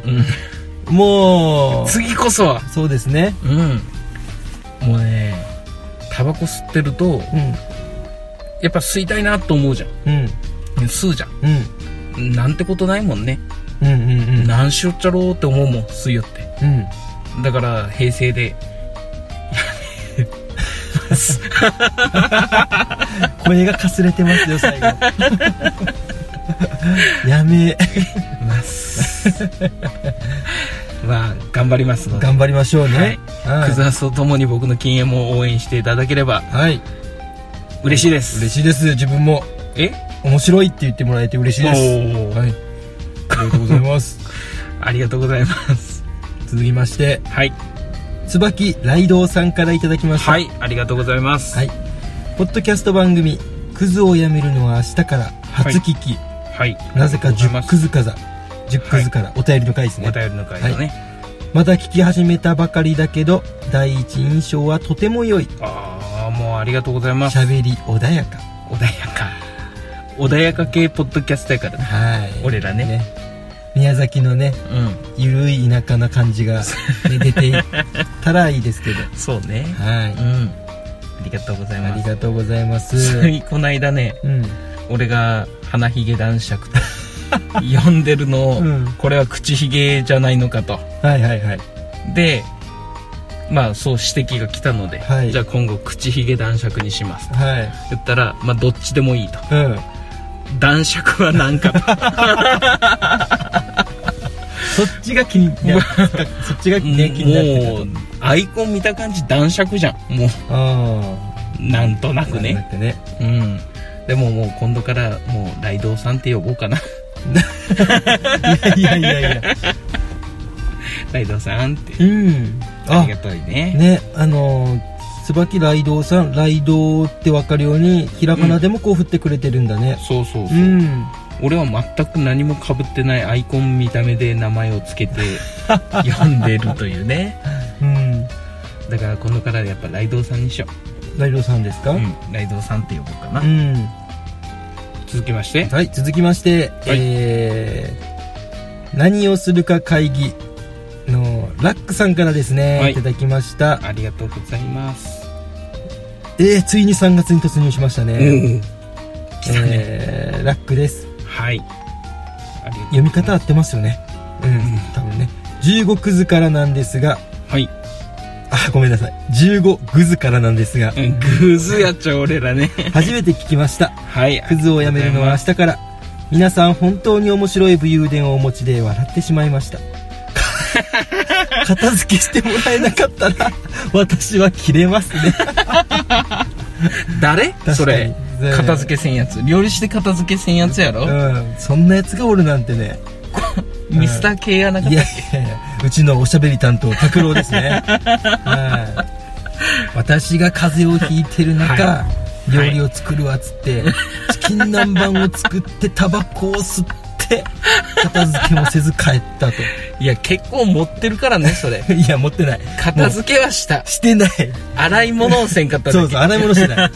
S1: うん、
S2: もう
S1: 次こそは
S2: そうですね
S1: うんもうねタバコ吸ってると
S2: う
S1: やっぱ吸いたいなと思うじゃん
S2: んうん
S1: 吸うじゃ
S2: うん
S1: んなんてことないもんね、
S2: うんうんうん
S1: 何しよっちゃろうって思うもん吸いよって
S2: うん
S1: だから平成で
S2: 声がかすれてますよ [LAUGHS] 最後やめ
S1: ますまあ頑張りますので
S2: 頑張りましょう
S1: は
S2: ね
S1: いクズハスとともに僕の禁煙も応援していただければ
S2: はい
S1: 嬉しいです
S2: 嬉
S1: し
S2: しいです自分も
S1: いえ
S2: 面白いって言ってもらえて嬉しい
S1: お
S2: です
S1: ー
S2: はいありがとうございます
S1: ありがとうございます
S2: 続きまして
S1: はい
S2: 椿雷道さんからいただきました
S1: はいありがとうございます
S2: はいポッドキャスト番組「クズをやめるのは明日から」初聞き、
S1: はい
S2: なぜか
S1: ありがとうございま
S2: 10
S1: す
S2: クズから10クズから、お便りの回ですね
S1: お便りの回だね、
S2: まだ聞き始めたばかりだけど第一印象はとても良い
S1: ああもうありがとうございます
S2: 喋り穏やか
S1: 穏やか穏やか系ポッドキャストやからね
S2: はい
S1: 俺らね
S2: 宮崎のね
S1: う
S2: ゆるい田舎な感
S1: [LAUGHS]
S2: じが、ね、出ていたらいいですけど
S1: んそうね
S2: はい
S1: うんありがとうござい
S2: あ
S1: ま
S2: り
S1: す
S2: がとうございます
S1: ついこの間ね
S2: うん
S1: 俺が鼻ひげ男爵
S2: [LAUGHS]
S1: と呼んでるのを、
S2: うん
S1: これは口ひげじゃないのかと
S2: はいはいはい
S1: でまあそう指摘が来たので、
S2: はい
S1: じゃあ今後口ひげ男爵にしますと
S2: はい
S1: 言ったらまあどっちでもいいと
S2: うん
S1: 男爵は何か
S2: [LAUGHS]
S1: と
S2: そっちが気に
S1: [LAUGHS]
S2: なっそっちがね気になってた
S1: もうアイコン見た感じ男爵じゃんも
S2: あ
S1: うなんとな
S2: あ
S1: く
S2: な
S1: ね
S2: んかね
S1: うんでももう今度からもうライドウさんって呼ぼうかな
S2: いやいやいやいや
S1: ライドウさんって
S2: うん
S1: あ
S2: あ
S1: りがたいね
S2: ねあのー椿雷道さん雷道って分かるようにひらがなでもこう振ってくれてるんだね、
S1: そうそうそううん俺は全く何もかぶってないアイコン見た目で名前をつけ
S2: [LAUGHS]
S1: て呼んでるというね
S2: うん、
S1: だから今度からやっぱライドウさんにしよ
S2: 雷道さんですか
S1: う、うん、ライドウさんって呼ぼうかな、
S2: うん
S1: 続きまして
S2: はい、続きまして、
S1: はい
S2: えー何をするか会議のラックさんからですね、
S1: はい
S2: い、ただきました。
S1: ありがとうございます
S2: えー、ついに3月に突入しましたね。
S1: ん来たね、
S2: えーラックです。
S1: はいありがとう
S2: 読み方合ってますよね。うん、多分ね。15くずからなんですが、
S1: はい、
S2: あ、ごめんなさい。15ぐずからなんですが、
S1: うん、グズやっちゃう俺らね
S2: 初めて聞きました。
S1: はい
S2: クズをやめるのは明日から。皆さん本当に面白い武勇伝をお持ちで笑ってしまいました。片付けしてもらえなかったら、私は切れますね。
S1: 誰
S2: に
S1: それ
S2: ね
S1: 片付けせんやつ料理して片付けせんやつやろ、
S2: うん。そんな奴がおるなん
S1: [LAUGHS]
S2: てね。
S1: ミスター系やなかっ
S2: いや
S1: た
S2: いやいや、うちのおしゃべり担当、拓郎ですね。はい私が風邪をひいてる中、
S1: は
S2: 料理を作るわっつって、チキン南蛮を作って、タバコを吸って、片付けもせず帰ったと。
S1: いや結構持ってるからねそれ
S2: いや、持ってない。
S1: 片付けはした
S2: してない。
S1: 洗い物をせんかっただけ
S2: [LAUGHS] そうそう、 [LAUGHS] 洗い物してない。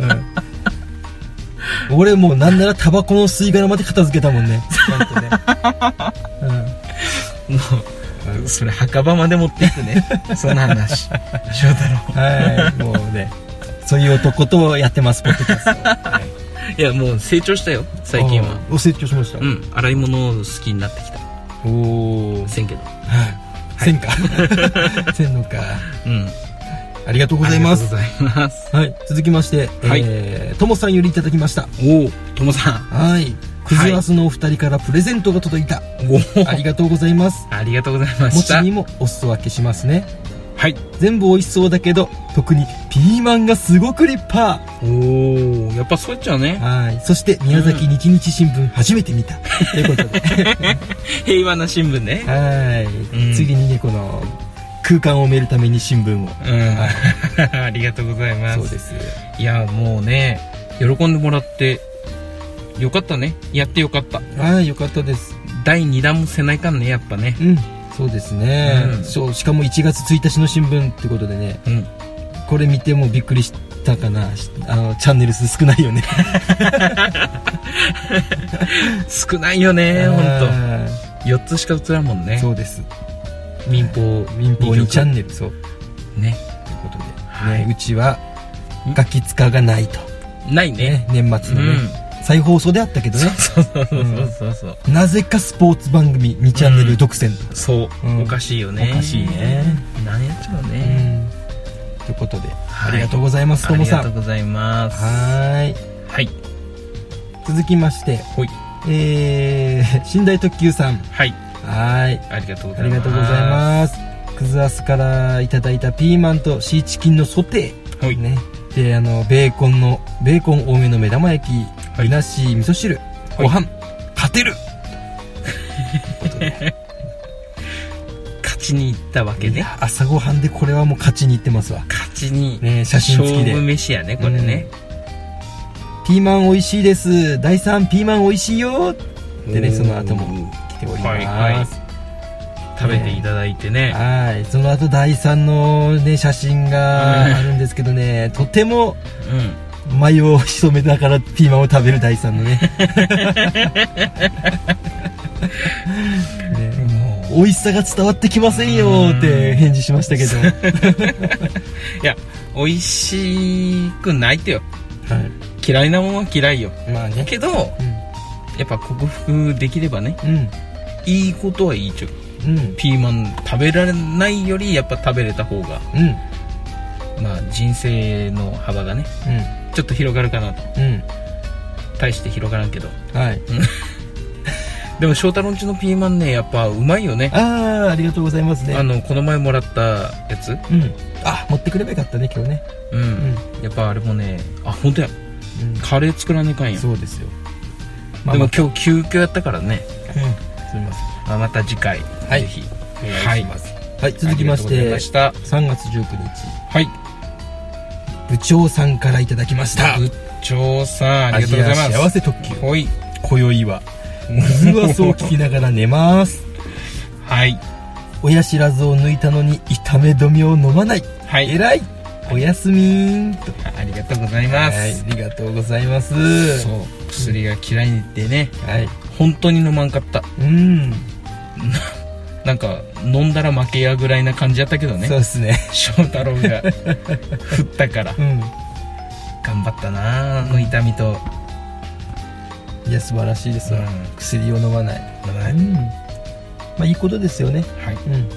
S2: うん。俺もうなんならタバコの吸い殻まで片付けたもん [LAUGHS] ね。ちゃんとね。
S1: もう [LAUGHS] それ墓場まで持っていく [LAUGHS] ねその話翔太
S2: うん。はい。もうね、そういう男とやってます、ポッドキャスト。 [LAUGHS]
S1: 郎いやもう成長したよ最近は
S2: あー。お成長しました
S1: う。ん洗い物を好きになってきた
S2: おー。
S1: せんけど
S2: はい。せん [LAUGHS] か。せんのか。
S1: うん
S2: ありがとうございます。
S1: ありがとうございます
S2: はい。続きまして、
S1: はい
S2: えーともさんよりいただきました。
S1: おおともさん
S2: はい。クズアスのお二人からプレゼントが届いた。
S1: お
S2: あ
S1: お
S2: りがとうございます。
S1: ありがとうございまし
S2: 餅
S1: た
S2: にもお裾分けしますね
S1: はい
S2: 全部美味しそうだけど特にピーマンがすごく立派
S1: おおやっぱそういっちゃうね
S2: はいそして宮崎日日新聞初めて見た、とい
S1: [LAUGHS]
S2: うことで
S1: 平和な新聞ね
S2: はい、
S1: うん
S2: 次にねこの空間を埋めるために新聞を
S1: うん [LAUGHS] ありがとうございます
S2: そうです
S1: いやもうね喜んでもらってよかったねやってよかった
S2: はいよかったです
S1: 第2弾もせないかんねやっぱね
S2: うんそうですね、
S1: うん
S2: そうしかも1月1日の新聞ってことでね
S1: うん
S2: これ見てもびっくりしたかなしあのチャンネル数少ないよね
S1: 少ないよねほん
S2: あ
S1: と4つしか映らんもん
S2: ー
S1: ね
S2: そうです
S1: 民放
S2: 民放
S1: 二
S2: 2
S1: 局
S2: チャンネルそうという
S1: ね
S2: ことで、ね
S1: は
S2: うちは
S1: ん
S2: ガキ使がないと、
S1: いないね
S2: ね、年末のね、再放送であったけどね
S1: そうそうそうそうそう
S2: なぜかスポーツ番組2チャンネル独占、
S1: そう、
S2: うん
S1: おかしいよね
S2: おかしいね
S1: 何やっちゃう
S2: う
S1: ね、
S2: んということで、
S1: はい
S2: ありがとうございますともさ
S1: ありがとうんございます
S2: はーい
S1: はい
S2: 続きまして
S1: ほい
S2: えー、寝台特急さん
S1: はい
S2: はーい
S1: ありがとうご
S2: あ
S1: ざい
S2: り
S1: ます
S2: がとうございますくずあすからいただいたピーマンとシーチキンのソテ
S1: ほい
S2: ーねであのベーコンのベーコン多めの目玉焼き
S1: い
S2: いなし味噌汁
S1: は
S2: ご
S1: い
S2: 飯勝てる
S1: 勝ちに行ったわけ
S2: い
S1: ね
S2: や朝ごはんでこれはもう勝ちにいってますわ
S1: 勝ちに、
S2: ね写真
S1: 勝
S2: 付きで
S1: 負飯やねこれね、
S2: ピーマン美味しいです第3ピーマン美味しいよでねその後も来ております
S1: はいはい食べていただいてね
S2: はいその後第3のね写真があるんですけどねとても眉を潜めながらピーマンを食べる第三の
S1: [LAUGHS]
S2: ね
S1: う
S2: ね
S1: んも
S2: 美味しさが伝わってきませんよって返事しましたけど、
S1: [LAUGHS] ういや美味しくないってよ
S2: は
S1: 嫌いなもんは嫌いよ
S2: い、まあね
S1: けどやっぱ克服できればね
S2: うんうん
S1: いいことはいいちょ
S2: うん
S1: ピーマン食べられないよりやっぱ食べれた方が
S2: うん
S1: まあ人生の幅がねちょっと広がるかなと
S2: うん
S1: 大して広がらんけど
S2: うんはい
S1: でも翔太郎んちのピーマンねやっぱうまいよね
S2: ああありがとうございますね
S1: あのこの前もらったやつ
S2: うんあ持ってくればよかったね今日ね
S1: うん、やっぱあれもねあ本当やカレー作らねえかん
S2: うん
S1: や
S2: そうですよまあ
S1: でも
S2: まあ
S1: 今日急遽やったからね、
S2: うんすみません
S1: まあ、また次回、
S2: はい
S1: ぜひ
S2: お願いしますはい続きまし
S1: ありがとうござい
S2: て
S1: ました
S2: 3月19日
S1: はい
S2: 部長さんからいただきました
S1: 部長さんありがとうございま
S2: ア
S1: す
S2: ジア幸せ特急
S1: ほい
S2: 今宵は水はそう聞きながら寝ます
S1: はい
S2: 親知らずを抜いたのに痛め止めを飲まない
S1: はい
S2: 偉いおやすみーんと
S1: ありがとうございます、
S2: はいありがとうございます
S1: そう薬が嫌いでね
S2: はい
S1: 本当に飲まんかった
S2: うん、
S1: なんか飲んだら負けやぐらいな感じやったけどね
S2: そうですね
S1: 翔太郎が [LAUGHS] 振ったから
S2: うん
S1: 頑張ったなあの痛みと
S2: いや素晴らしいですわ、
S1: うん
S2: 薬を飲まないうんまあいいことですよね
S1: はい
S2: うん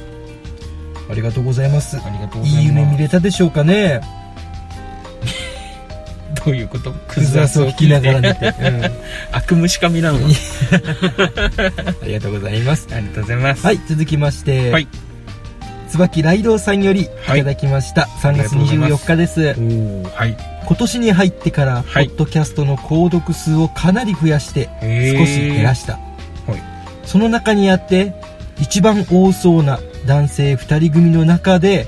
S2: ありがとうございます
S1: ありがとうございます
S2: いい夢見れたでしょうかね
S1: どういうこと
S2: クズアスを聞きながら寝て、うん、あ
S1: 悪夢しか見らんわ
S2: りがとうございます
S1: ありがとうございます
S2: はい続きまして、
S1: はい
S2: 椿雷道さんよりい
S1: はい
S2: ただきました、3月
S1: ありがとうございま
S2: 24
S1: す
S2: 日です
S1: おおはい
S2: 今年に入ってから、
S1: はい
S2: ポッドキャストの購読数をかなり増やして
S1: へー
S2: 少し減らした、
S1: はい
S2: その中にあって一番多そうな男性2人組の中で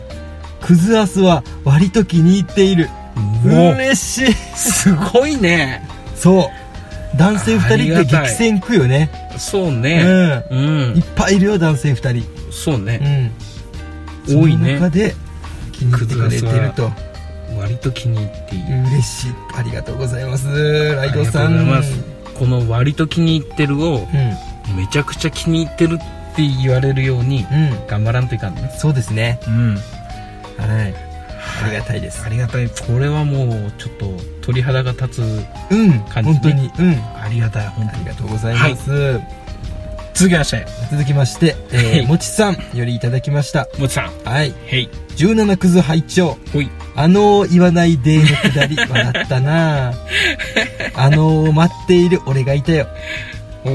S2: クズアスは割と気に入っている
S1: お
S2: 嬉しい
S1: すごいね
S2: そう男性2人って激戦区よね
S1: そう
S2: う
S1: ね
S2: ん
S1: うん
S2: いっぱいいるよ男性2人
S1: そうね
S2: うん、
S1: 多いね
S2: その中で気に入ってくれてると
S1: 割と気に入っている
S2: 嬉しいありがとうございますラ
S1: ありが
S2: イドさん
S1: とうございますこの割と気に入ってるをめちゃくちゃ気に入ってるって言われるように
S2: うん、うん、
S1: 頑張らんといかんね
S2: そうですね
S1: うん
S2: はいありがたいです
S1: ありがたいこれはもうちょっと鳥肌が立つ
S2: うん
S1: 感じね
S2: 本当にうん
S1: ありがたい本
S2: あ
S1: 当
S2: り
S1: に
S2: がとうございます、
S1: 続きまして
S2: 続きまして、え
S1: はい
S2: ー、もちさんよりいただきました
S1: もちさん
S2: はい
S1: へい
S2: 17クズ拝聴
S1: ほい
S2: あのー言わないでのくだり笑った [LAUGHS] なあのー待っている俺がいたよ
S1: お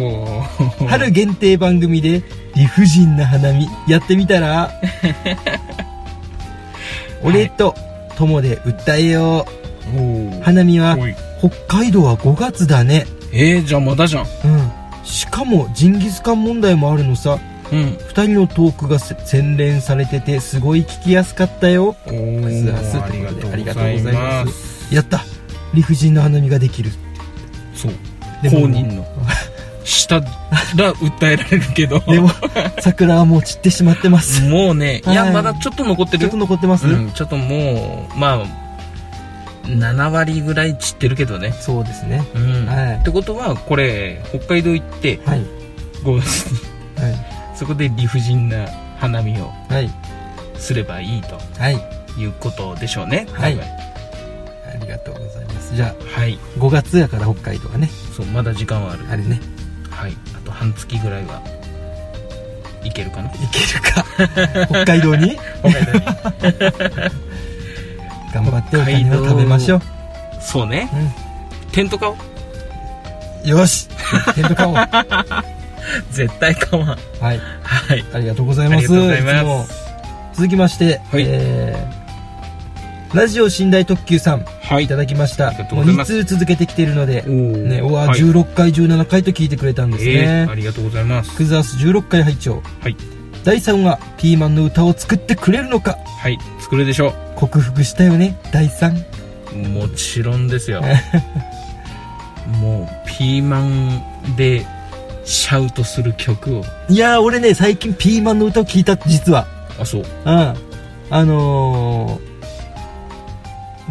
S1: お
S2: 春限定番組で理不尽な花見やってみたら俺と友で訴えよう
S1: お
S2: 花見は
S1: おい
S2: 北海道は5月だね
S1: えー、じゃあまだじゃん
S2: うんしかもジンギスカン問題もあるのさ
S1: うん
S2: 2人のトークがせ洗練されててすごい聞きやすかったよ
S1: お
S2: ー
S1: ーありがとうござい
S2: ありがとうございま
S1: ます
S2: やった理不尽な花見ができる
S1: そう
S2: でも
S1: 公認のしたら訴えられるけど [LAUGHS]
S2: でも桜はもう散ってしまってます
S1: もうねい
S2: は
S1: や
S2: い
S1: まだちょっと残ってる
S2: ちょっ
S1: よ
S2: と残ってます、
S1: うんちょっともうまあ7割ぐらい散ってるけどね
S2: そうですね
S1: うん、
S2: はい
S1: ってことはこれ北海道行って
S2: はい
S1: 5月に [LAUGHS]
S2: は
S1: そこで理不尽な花見を
S2: いはい
S1: すればいいと
S2: はい
S1: いうことでしょうね
S2: はい
S1: 多分
S2: ありがとうございますじゃ
S1: はい
S2: あ5月やから北海道はね
S1: そうまだ時間はある
S2: あれね
S1: はいあと半月ぐらいはいけるかな
S2: 行ける
S1: [LAUGHS]
S2: か北海道に
S1: 北海道に
S2: 頑張ってお金を食べましょう、
S1: [LAUGHS] そうねテント買おう
S2: うん、
S1: [LAUGHS]
S2: よしテント買おうは
S1: 絶対買わん
S2: い
S1: はい
S2: ありがとうござい
S1: あ
S2: ます
S1: りがとうござい
S2: つ
S1: ま
S2: も
S1: す
S2: 続きまして、
S1: はい
S2: えーラジオ寝台特急さん
S1: はい
S2: ただきました
S1: ありがとう
S2: も
S1: ご
S2: う
S1: ざい
S2: 2
S1: ます
S2: 通続けてきてるので
S1: おー
S2: ねうわ
S1: はい
S2: 16回17回と聞いてくれたんですね、
S1: えーありがとうございます
S2: クザース16回拝聴
S1: はい
S2: 第3話ピーマンの歌を作ってくれるのか
S1: はい作るでしょ
S2: 克服したよね第3
S1: うもちろん [LAUGHS] ですよもうピーマンでシャウトする曲を
S2: いやー俺ね最近ピーマンの歌を聞いた実は
S1: あそう
S2: うんあのー、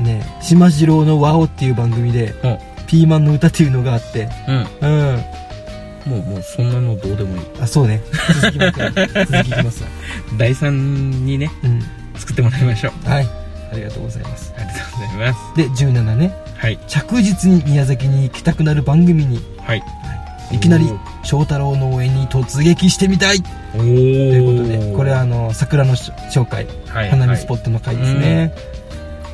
S2: ね島次郎の「ワオ」っていう番組で
S1: うん
S2: ピーマンの歌っていうのがあって
S1: うん
S2: うん
S1: もうもうそんなのどうでもいい
S2: あそうね続き [LAUGHS] ますね続きいきますわ
S1: 第3にね
S2: うん
S1: 作ってもらいましょう
S2: はいありがとうございます
S1: ありがとうございます
S2: で17ね
S1: はい
S2: 着実に宮崎に行きたくなる番組に
S1: はい
S2: いきなり
S1: おー
S2: 翔太郎の応援に突撃してみたい
S1: おおと
S2: と
S1: い
S2: いうことでこれはあの桜のし紹介
S1: はい
S2: 花見スポ
S1: ッ
S2: ットの回ですね、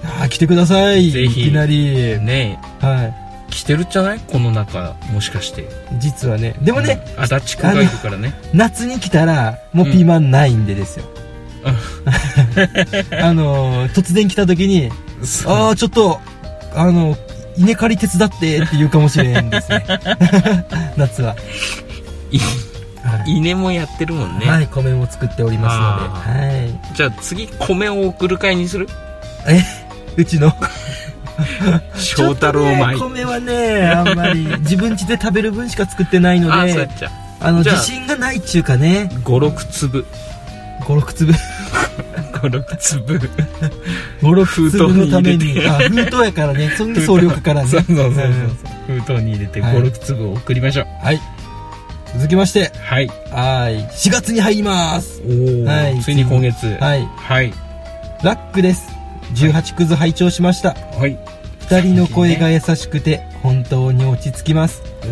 S2: ああ来てください
S1: ぜひ
S2: いきなり、
S1: ね
S2: は
S1: え来てるんじゃないこの中もしかして
S2: い実はねで
S1: で
S2: もね、
S1: 足立区がいるからね
S2: 夏に来たらもうピーマンないんでですよ、あのー突然来た時に「
S1: そう
S2: ああちょっとあの稲刈り手伝って」って言うかもしれんですね [LAUGHS] 夏は、
S1: い
S2: はい
S1: 稲もやってるもんね、
S2: はい米も作っておりますのではい
S1: じゃあ次米を送る会にする
S2: うちの
S1: 翔太郎米
S2: ちょっとね米はねあんまり自分家で食べる分しか作ってないの
S1: あそうや
S2: で
S1: っちゃ
S2: あの
S1: じゃあ
S2: 自信がないっちゅうかね
S1: 56粒
S2: 56粒
S1: 56粒
S2: 56粒のため
S1: 封筒に入れ
S2: に
S1: て
S2: あ封筒
S1: [LAUGHS]
S2: やからねそんで送料かからね
S1: そうそうそうそう
S2: うん
S1: 封筒に入れて
S2: はい
S1: 56粒を送りましょう
S2: はい続きまして
S1: はい、
S2: はい4月に入ります
S1: おお、
S2: はい
S1: ついに今月い
S2: はい
S1: はい、
S2: ラックです18クズ拝聴しました
S1: はい、
S2: 2人の声が優しくて本当に落ち着きます
S1: おお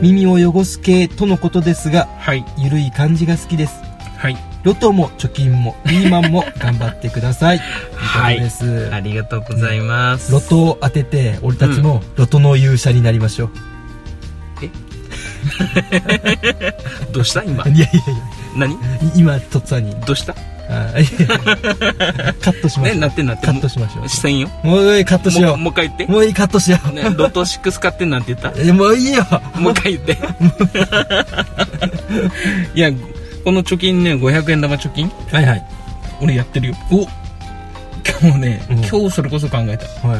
S2: 耳を汚す系とのことですが
S1: はい
S2: ゆるい感じが好きです
S1: はい
S2: ロトも貯金もピーマンも頑張ってください。
S1: はい
S2: ということです。
S1: ありがとうございます
S2: ロトを当てて、俺たちもロトの勇者になりましょう。
S1: どうした今
S2: いやいやいや、
S1: 何
S2: 今、とっさに。
S1: どうした
S2: あいやいやカットしま
S1: ね
S2: しょ
S1: なってんなっ
S2: う。
S1: て
S2: カットしましょ
S1: もうしたんよ
S2: う。もういい、カットし
S1: も
S2: よ
S1: うもう一回言っ
S2: う。もういい、カットしよ [LAUGHS]
S1: て、ね、ロト6買ってんなんて言った
S2: う。えもういいよ。
S1: もう一回言って
S2: [LAUGHS]
S1: いやこの貯金ね500円玉貯金
S2: はいはい。
S1: 俺やってるよお今日ね、
S2: うん
S1: 今日それこそ考えた
S2: は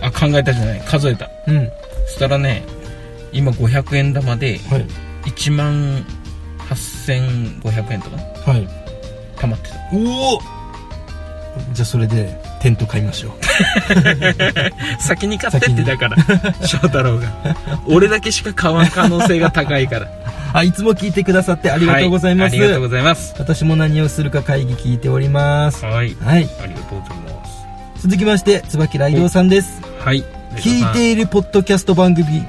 S1: あ考えたじゃない数えた
S2: い。うん。
S1: そしたらね今500円玉で
S2: はい。
S1: 1万8500円とか
S2: はい。
S1: 貯まってた
S2: おおじゃあそれで、テント買
S1: [LAUGHS]
S2: いましょう。
S1: 先に買ってってだから [LAUGHS] 翔太郎が俺だけしか買わん可能性が高いから [LAUGHS]
S2: あ、いつも聞いてくださってありがとうございます。
S1: はありがとうございます
S2: 私も何をするか会議聞いております。
S1: はい
S2: はい。
S1: ありがとうございます
S2: 続きまして椿雷道さんです
S1: はい
S2: 聞いているポッドキャスト番組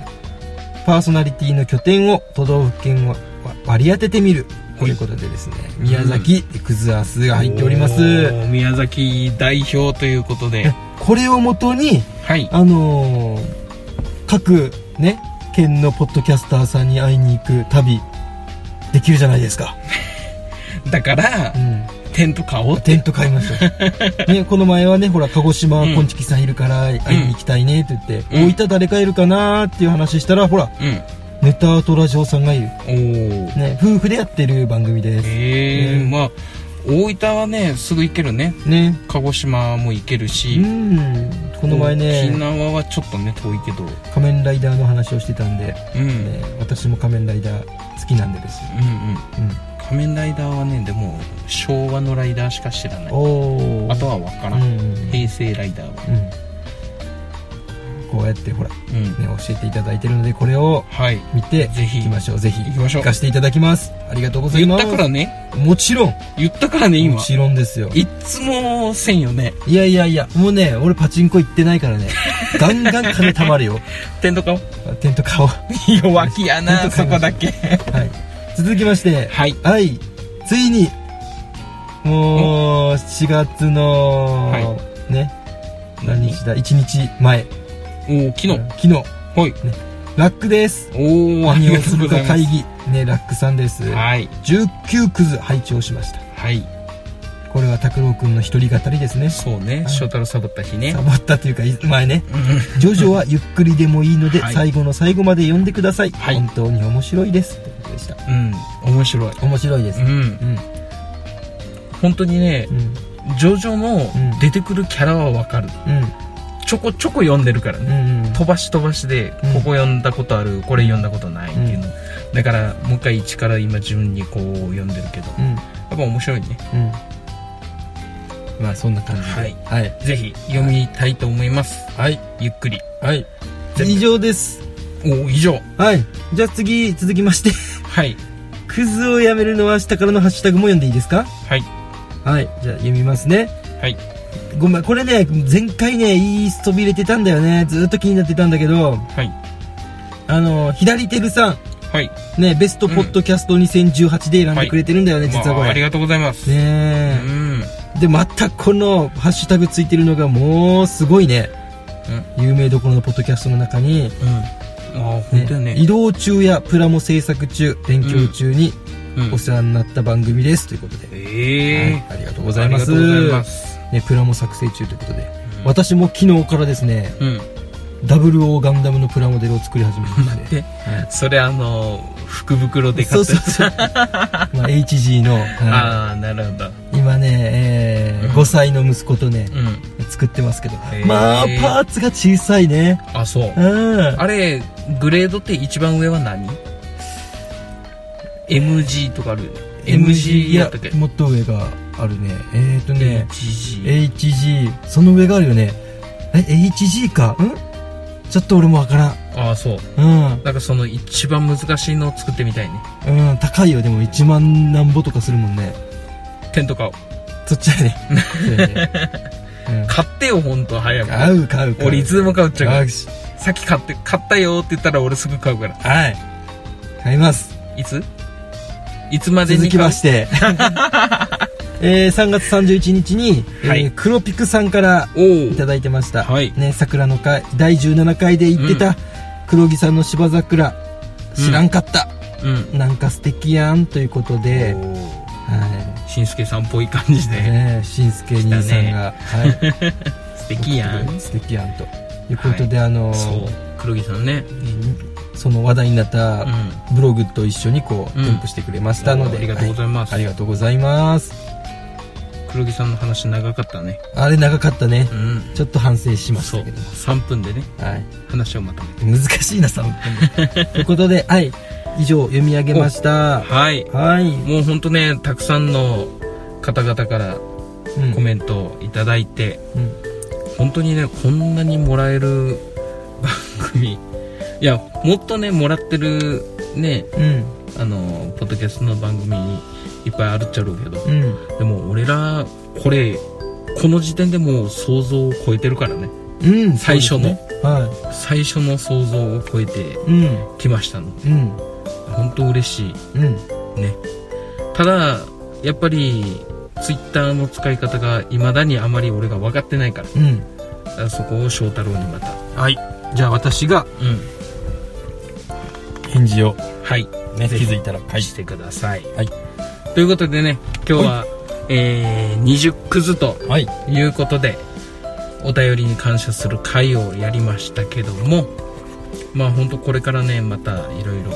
S2: パーソナリティの拠点を都道府県を割り当ててみるということでですね宮崎クズアースが入っておりま
S1: お
S2: す
S1: ー宮崎代表ということ [LAUGHS] で
S2: これをもとに
S1: はい
S2: あのー各ね県のポッドキャスターさんに会いに行く旅できるじゃないですか
S1: だから
S2: うん
S1: テント買おうって
S2: テント買い
S1: [LAUGHS]
S2: ました、ね、この前はねほら鹿児島
S1: うん
S2: こんちきさんいるから会いに行きたいねって言って、
S1: うん
S2: 大分誰かいるかなーっていう話したらほらネタアートラジオさんがいる、
S1: うんおお
S2: ね、夫婦でやってる番組です
S1: ええ
S2: ね
S1: まあ大分はねすぐ行けるね
S2: ね
S1: 鹿児島も行ける
S2: う
S1: し
S2: んこの前
S1: 沖
S2: ね
S1: 縄はちょっとね遠いけど
S2: 仮面ライダーの話をしてたんで、ね、
S1: うん、
S2: 私も仮面ライダー好きなんでですよ、
S1: うんうん
S2: うん、
S1: 仮面ライダーはねでも昭和のライダーしか知らない
S2: おお
S1: あとは分か
S2: う
S1: ら
S2: ん
S1: ん、
S2: うん
S1: 平成ライダーは
S2: うんこうやってほら、ね、
S1: うん
S2: 教えていただいてるのでこれを
S1: はい
S2: 見て
S1: ぜひ
S2: 行きましょうぜひ
S1: 行きましょう
S2: 行かせていただきますありがとうござい
S1: 言
S2: ま
S1: っ
S2: す
S1: たからね
S2: もちろん
S1: 言ったからね
S2: も
S1: 今
S2: ちろんですよ
S1: いっつもせんよね
S2: いやいやいやもうね俺パチンコ行ってないか
S1: [LAUGHS]
S2: らねガンガン金貯まるよ [LAUGHS]
S1: テント買おう
S2: テント買おう
S1: 弱気や
S2: テン
S1: な
S2: ト
S1: そ
S2: 買い
S1: こ
S2: ましょ
S1: だ
S2: う
S1: け
S2: はい続きまして
S1: はい
S2: はいついにもう4月の、
S1: は
S2: ね何日だ1日前
S1: おお昨日
S2: 昨日
S1: はい
S2: ラックです
S1: おおあり
S2: 何
S1: が
S2: を
S1: と
S2: す
S1: うご
S2: る
S1: ざ
S2: か
S1: いま
S2: 会
S1: す
S2: 議ねラックさんです
S1: はい
S2: 19くず拝聴しました
S1: はい
S2: これは拓郎くんの一人語りですね
S1: そうね
S2: はい
S1: 翔太郎サボった日ね
S2: サボったというかい前ね
S1: うん
S2: 「ジョジョはゆっくりでもいいので、
S1: はい
S2: 最後の最後まで読んでください、
S1: はい
S2: 本当に面白いです」ということでした
S1: うん面白い
S2: 面白いです
S1: うん
S2: うん
S1: 本当にね
S2: うん
S1: ジョジョの
S2: うん
S1: 出てくるキャラは分かる
S2: うん
S1: ちょこちょこ読んでるからね
S2: うんうん
S1: 飛ばし飛ばしでこ
S2: うん
S1: こ読んだことある、これ読んだことないっていうの、だからもう一回一から今順にこう読んでるけどやっ
S2: うん
S1: ぱ面白いね
S2: うんまあそんな感じでは
S1: はいい
S2: はい、
S1: ぜひ読みたいと思います
S2: はい
S1: ゆっくり全部
S2: 以上です
S1: おお以上
S2: はいじゃあ次続きまして [LAUGHS]
S1: はい
S2: クズをやめるのは明日からのハッシュタグも読んでいいですか
S1: はい
S2: はいじゃあ読みますね
S1: はい
S2: ごめんこれね前回ね言いそびれてたんだよねずーっと気になってたんだけど
S1: はい
S2: あの左手るさん
S1: はい
S2: ね、ベストポッドキャスト2018で選んでくれてるんだよね、実は
S1: ま
S2: こ
S1: あ、
S2: れ。
S1: ありがとうございます、うん
S2: ねえ。で、またこのハッシュタグついてるのがもうすごいね。有名どころのポッドキャストの中に、
S1: うんああ本当よね
S2: 移動中やプラモ制作中、勉強中に
S1: うん
S2: お世話になった番組です。ということで、
S1: ええ
S2: はいありがとうございます
S1: ありがとうございます
S2: ね、プラモ作成中ということで。
S1: うん
S2: 私も昨日からですね、
S1: うん
S2: 00ガンダムのプラモデルを作り始めまし
S1: [LAUGHS]
S2: て。
S1: でそれあの福袋で
S2: そ
S1: 買
S2: う
S1: っ
S2: そう
S1: た
S2: そう。まあ、HG の、はい
S1: ああなるほど
S2: 今ね、えー
S1: うん
S2: 5歳の息子とね、
S1: うん
S2: 作ってますけど、
S1: ー
S2: まあパーツが小さいね
S1: あそう
S2: うん
S1: あれ、グレードって一番上は何 ?MG とかある ?MG やったっけ
S2: いもっと上があるねえっ、ー、とね
S1: ?HG。
S2: HG その上があるよねえ HG かんちょっと俺もわからん
S1: ああ、そう。
S2: う
S1: なんかその一番難しいのを作ってみたいね。
S2: ん、うん、高いよでも1万なんぼとかするもんね
S1: テント買おう。
S2: そっちだねそうだねうん
S1: 買ってよ、ほんと、 [LAUGHS] 早く。
S2: 買う買う買う
S1: 俺いつでも買うっちゃうか
S2: よ
S1: ら。
S2: し
S1: さっき買って、買ったよって言ったら俺すぐ買うから。
S2: はい買います
S1: いついつまで
S2: 続
S1: に
S2: き
S1: 買
S2: ま
S1: う
S2: して、 [LAUGHS] えー3月31日に、
S1: は
S2: え
S1: い
S2: ー、黒ピクさんから
S1: お
S2: いただいてました、
S1: はい
S2: ね、桜の会第17回で言ってた、黒木さんの芝桜知らんかった、
S1: おうん。
S2: なんか素敵やんということで、
S1: おー
S2: は
S1: しんすけさんっぽい感じ
S2: い
S1: で。
S2: ねえ、しんすけ兄さんが、はい
S1: [LAUGHS] 素敵やん。
S2: 素敵やんということで、あのー
S1: そう。黒木さんね。
S2: その話題になっ
S1: う
S2: た
S1: ん。
S2: ブログと一緒にこう、
S1: うん
S2: 添付してくれましたので
S1: ありがとうご
S2: は
S1: ざいます。
S2: いありがとうございます
S1: 黒木さんの話長かったね
S2: あれ長かったね
S1: うん
S2: ちょっと反省しまし
S1: そう
S2: たけども
S1: 3分でね
S2: はい、
S1: 話をまとめて
S2: 難しいな3分でというこ
S1: [LAUGHS]
S2: とではい以上読み上げました
S1: はい
S2: はい、
S1: もうほんとねたくさんの方々からコメントをいただいて、
S2: うん
S1: 本当にねこんなにもらえる [LAUGHS] 番組いやもっとねもらってるね
S2: うん
S1: あのポッドキャストの番組いっぱいあるっちゃろうけど
S2: うん、
S1: でも俺らこれこの時点でもう想像を超えてるからね
S2: うんうん
S1: 最初の
S2: そうですねは
S1: 最初の想像を超えて
S2: いうん
S1: きましたの
S2: うん
S1: 本当嬉しい
S2: うん
S1: ねただやっぱりツイッターの使い方が未だにあまり俺が分かってないから
S2: うん
S1: だからそこを翔太郎にまた
S2: はいじゃあ私が
S1: うん
S2: 返事を
S1: はい
S2: ね
S1: ぜひ
S2: いたら
S1: してください、
S2: はい
S1: ということでね今日はえー、20くずと
S2: はい
S1: いうことでお便りに感謝する会をやりましたけどもまあ本当これからねまたいろいろ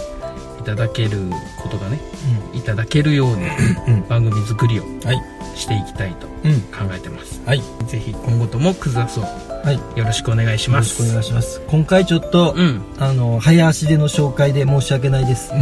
S1: いただけることがねいただけるように
S2: うん
S1: 番組作りを
S2: はい
S1: していきたいと
S2: うん
S1: 考えてます
S2: はい
S1: ぜひ今後ともくずあそ
S2: はいよ
S1: よろしくお願いし
S2: ろ
S1: ま
S2: し
S1: す
S2: くお願いします今回ちょっと、
S1: うん
S2: あの早足での紹介で申し訳ない
S1: [LAUGHS]
S2: ですね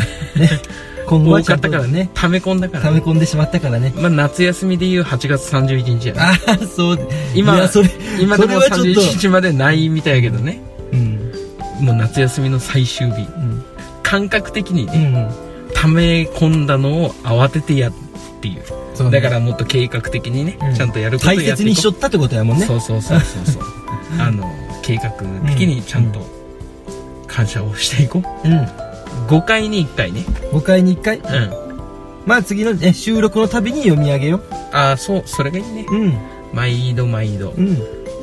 S2: 今後は
S1: 多
S2: ち
S1: か
S2: ゃ
S1: っ
S2: んと
S1: たからね
S2: ね
S1: 溜め込んだから
S2: 溜
S1: ね、
S2: め込んでしまったからね
S1: まあ、夏休みでいう8月31日やね
S2: ああそう
S1: 今
S2: いやそれ
S1: 今でも
S2: それはちょっと
S1: 31日までないみたいやけどね
S2: うん
S1: もう夏休みの最終日
S2: うん
S1: 感覚的に
S2: う
S1: ね
S2: ん
S1: 溜め込んだのを慌ててやっていう
S2: そうね
S1: だからもっと計画的にね、
S2: うん
S1: ちゃんとやることを
S2: 大
S1: やって
S2: 切
S1: いこう
S2: にしとったってことやもんね
S1: そうそうそうそうそうあの計画的にちゃんと感謝をしていこう
S2: うん
S1: 5回に1回ね
S2: 5回に1回
S1: うん
S2: まあ次の、ね、収録のたびに読み上げよ
S1: ああそうそれがいいね
S2: ううん
S1: 毎度毎度
S2: うん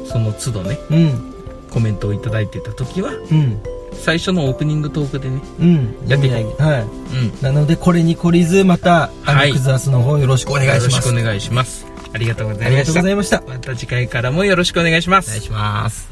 S1: その都度ね
S2: うん
S1: コメントを頂いいてた時は
S2: うん
S1: 最初のオープニングトークでね
S2: うん
S1: やっていこう
S2: はい
S1: うん
S2: なのでこれに懲りずまたア
S1: はい
S2: ルクザスの方よろしくお願いします、
S1: よろしくお願いしますありがとうござ
S2: あ
S1: い
S2: り
S1: ま
S2: がと
S1: し
S2: うご
S1: た
S2: ざいました
S1: また次回からもよろしくお願いします
S2: します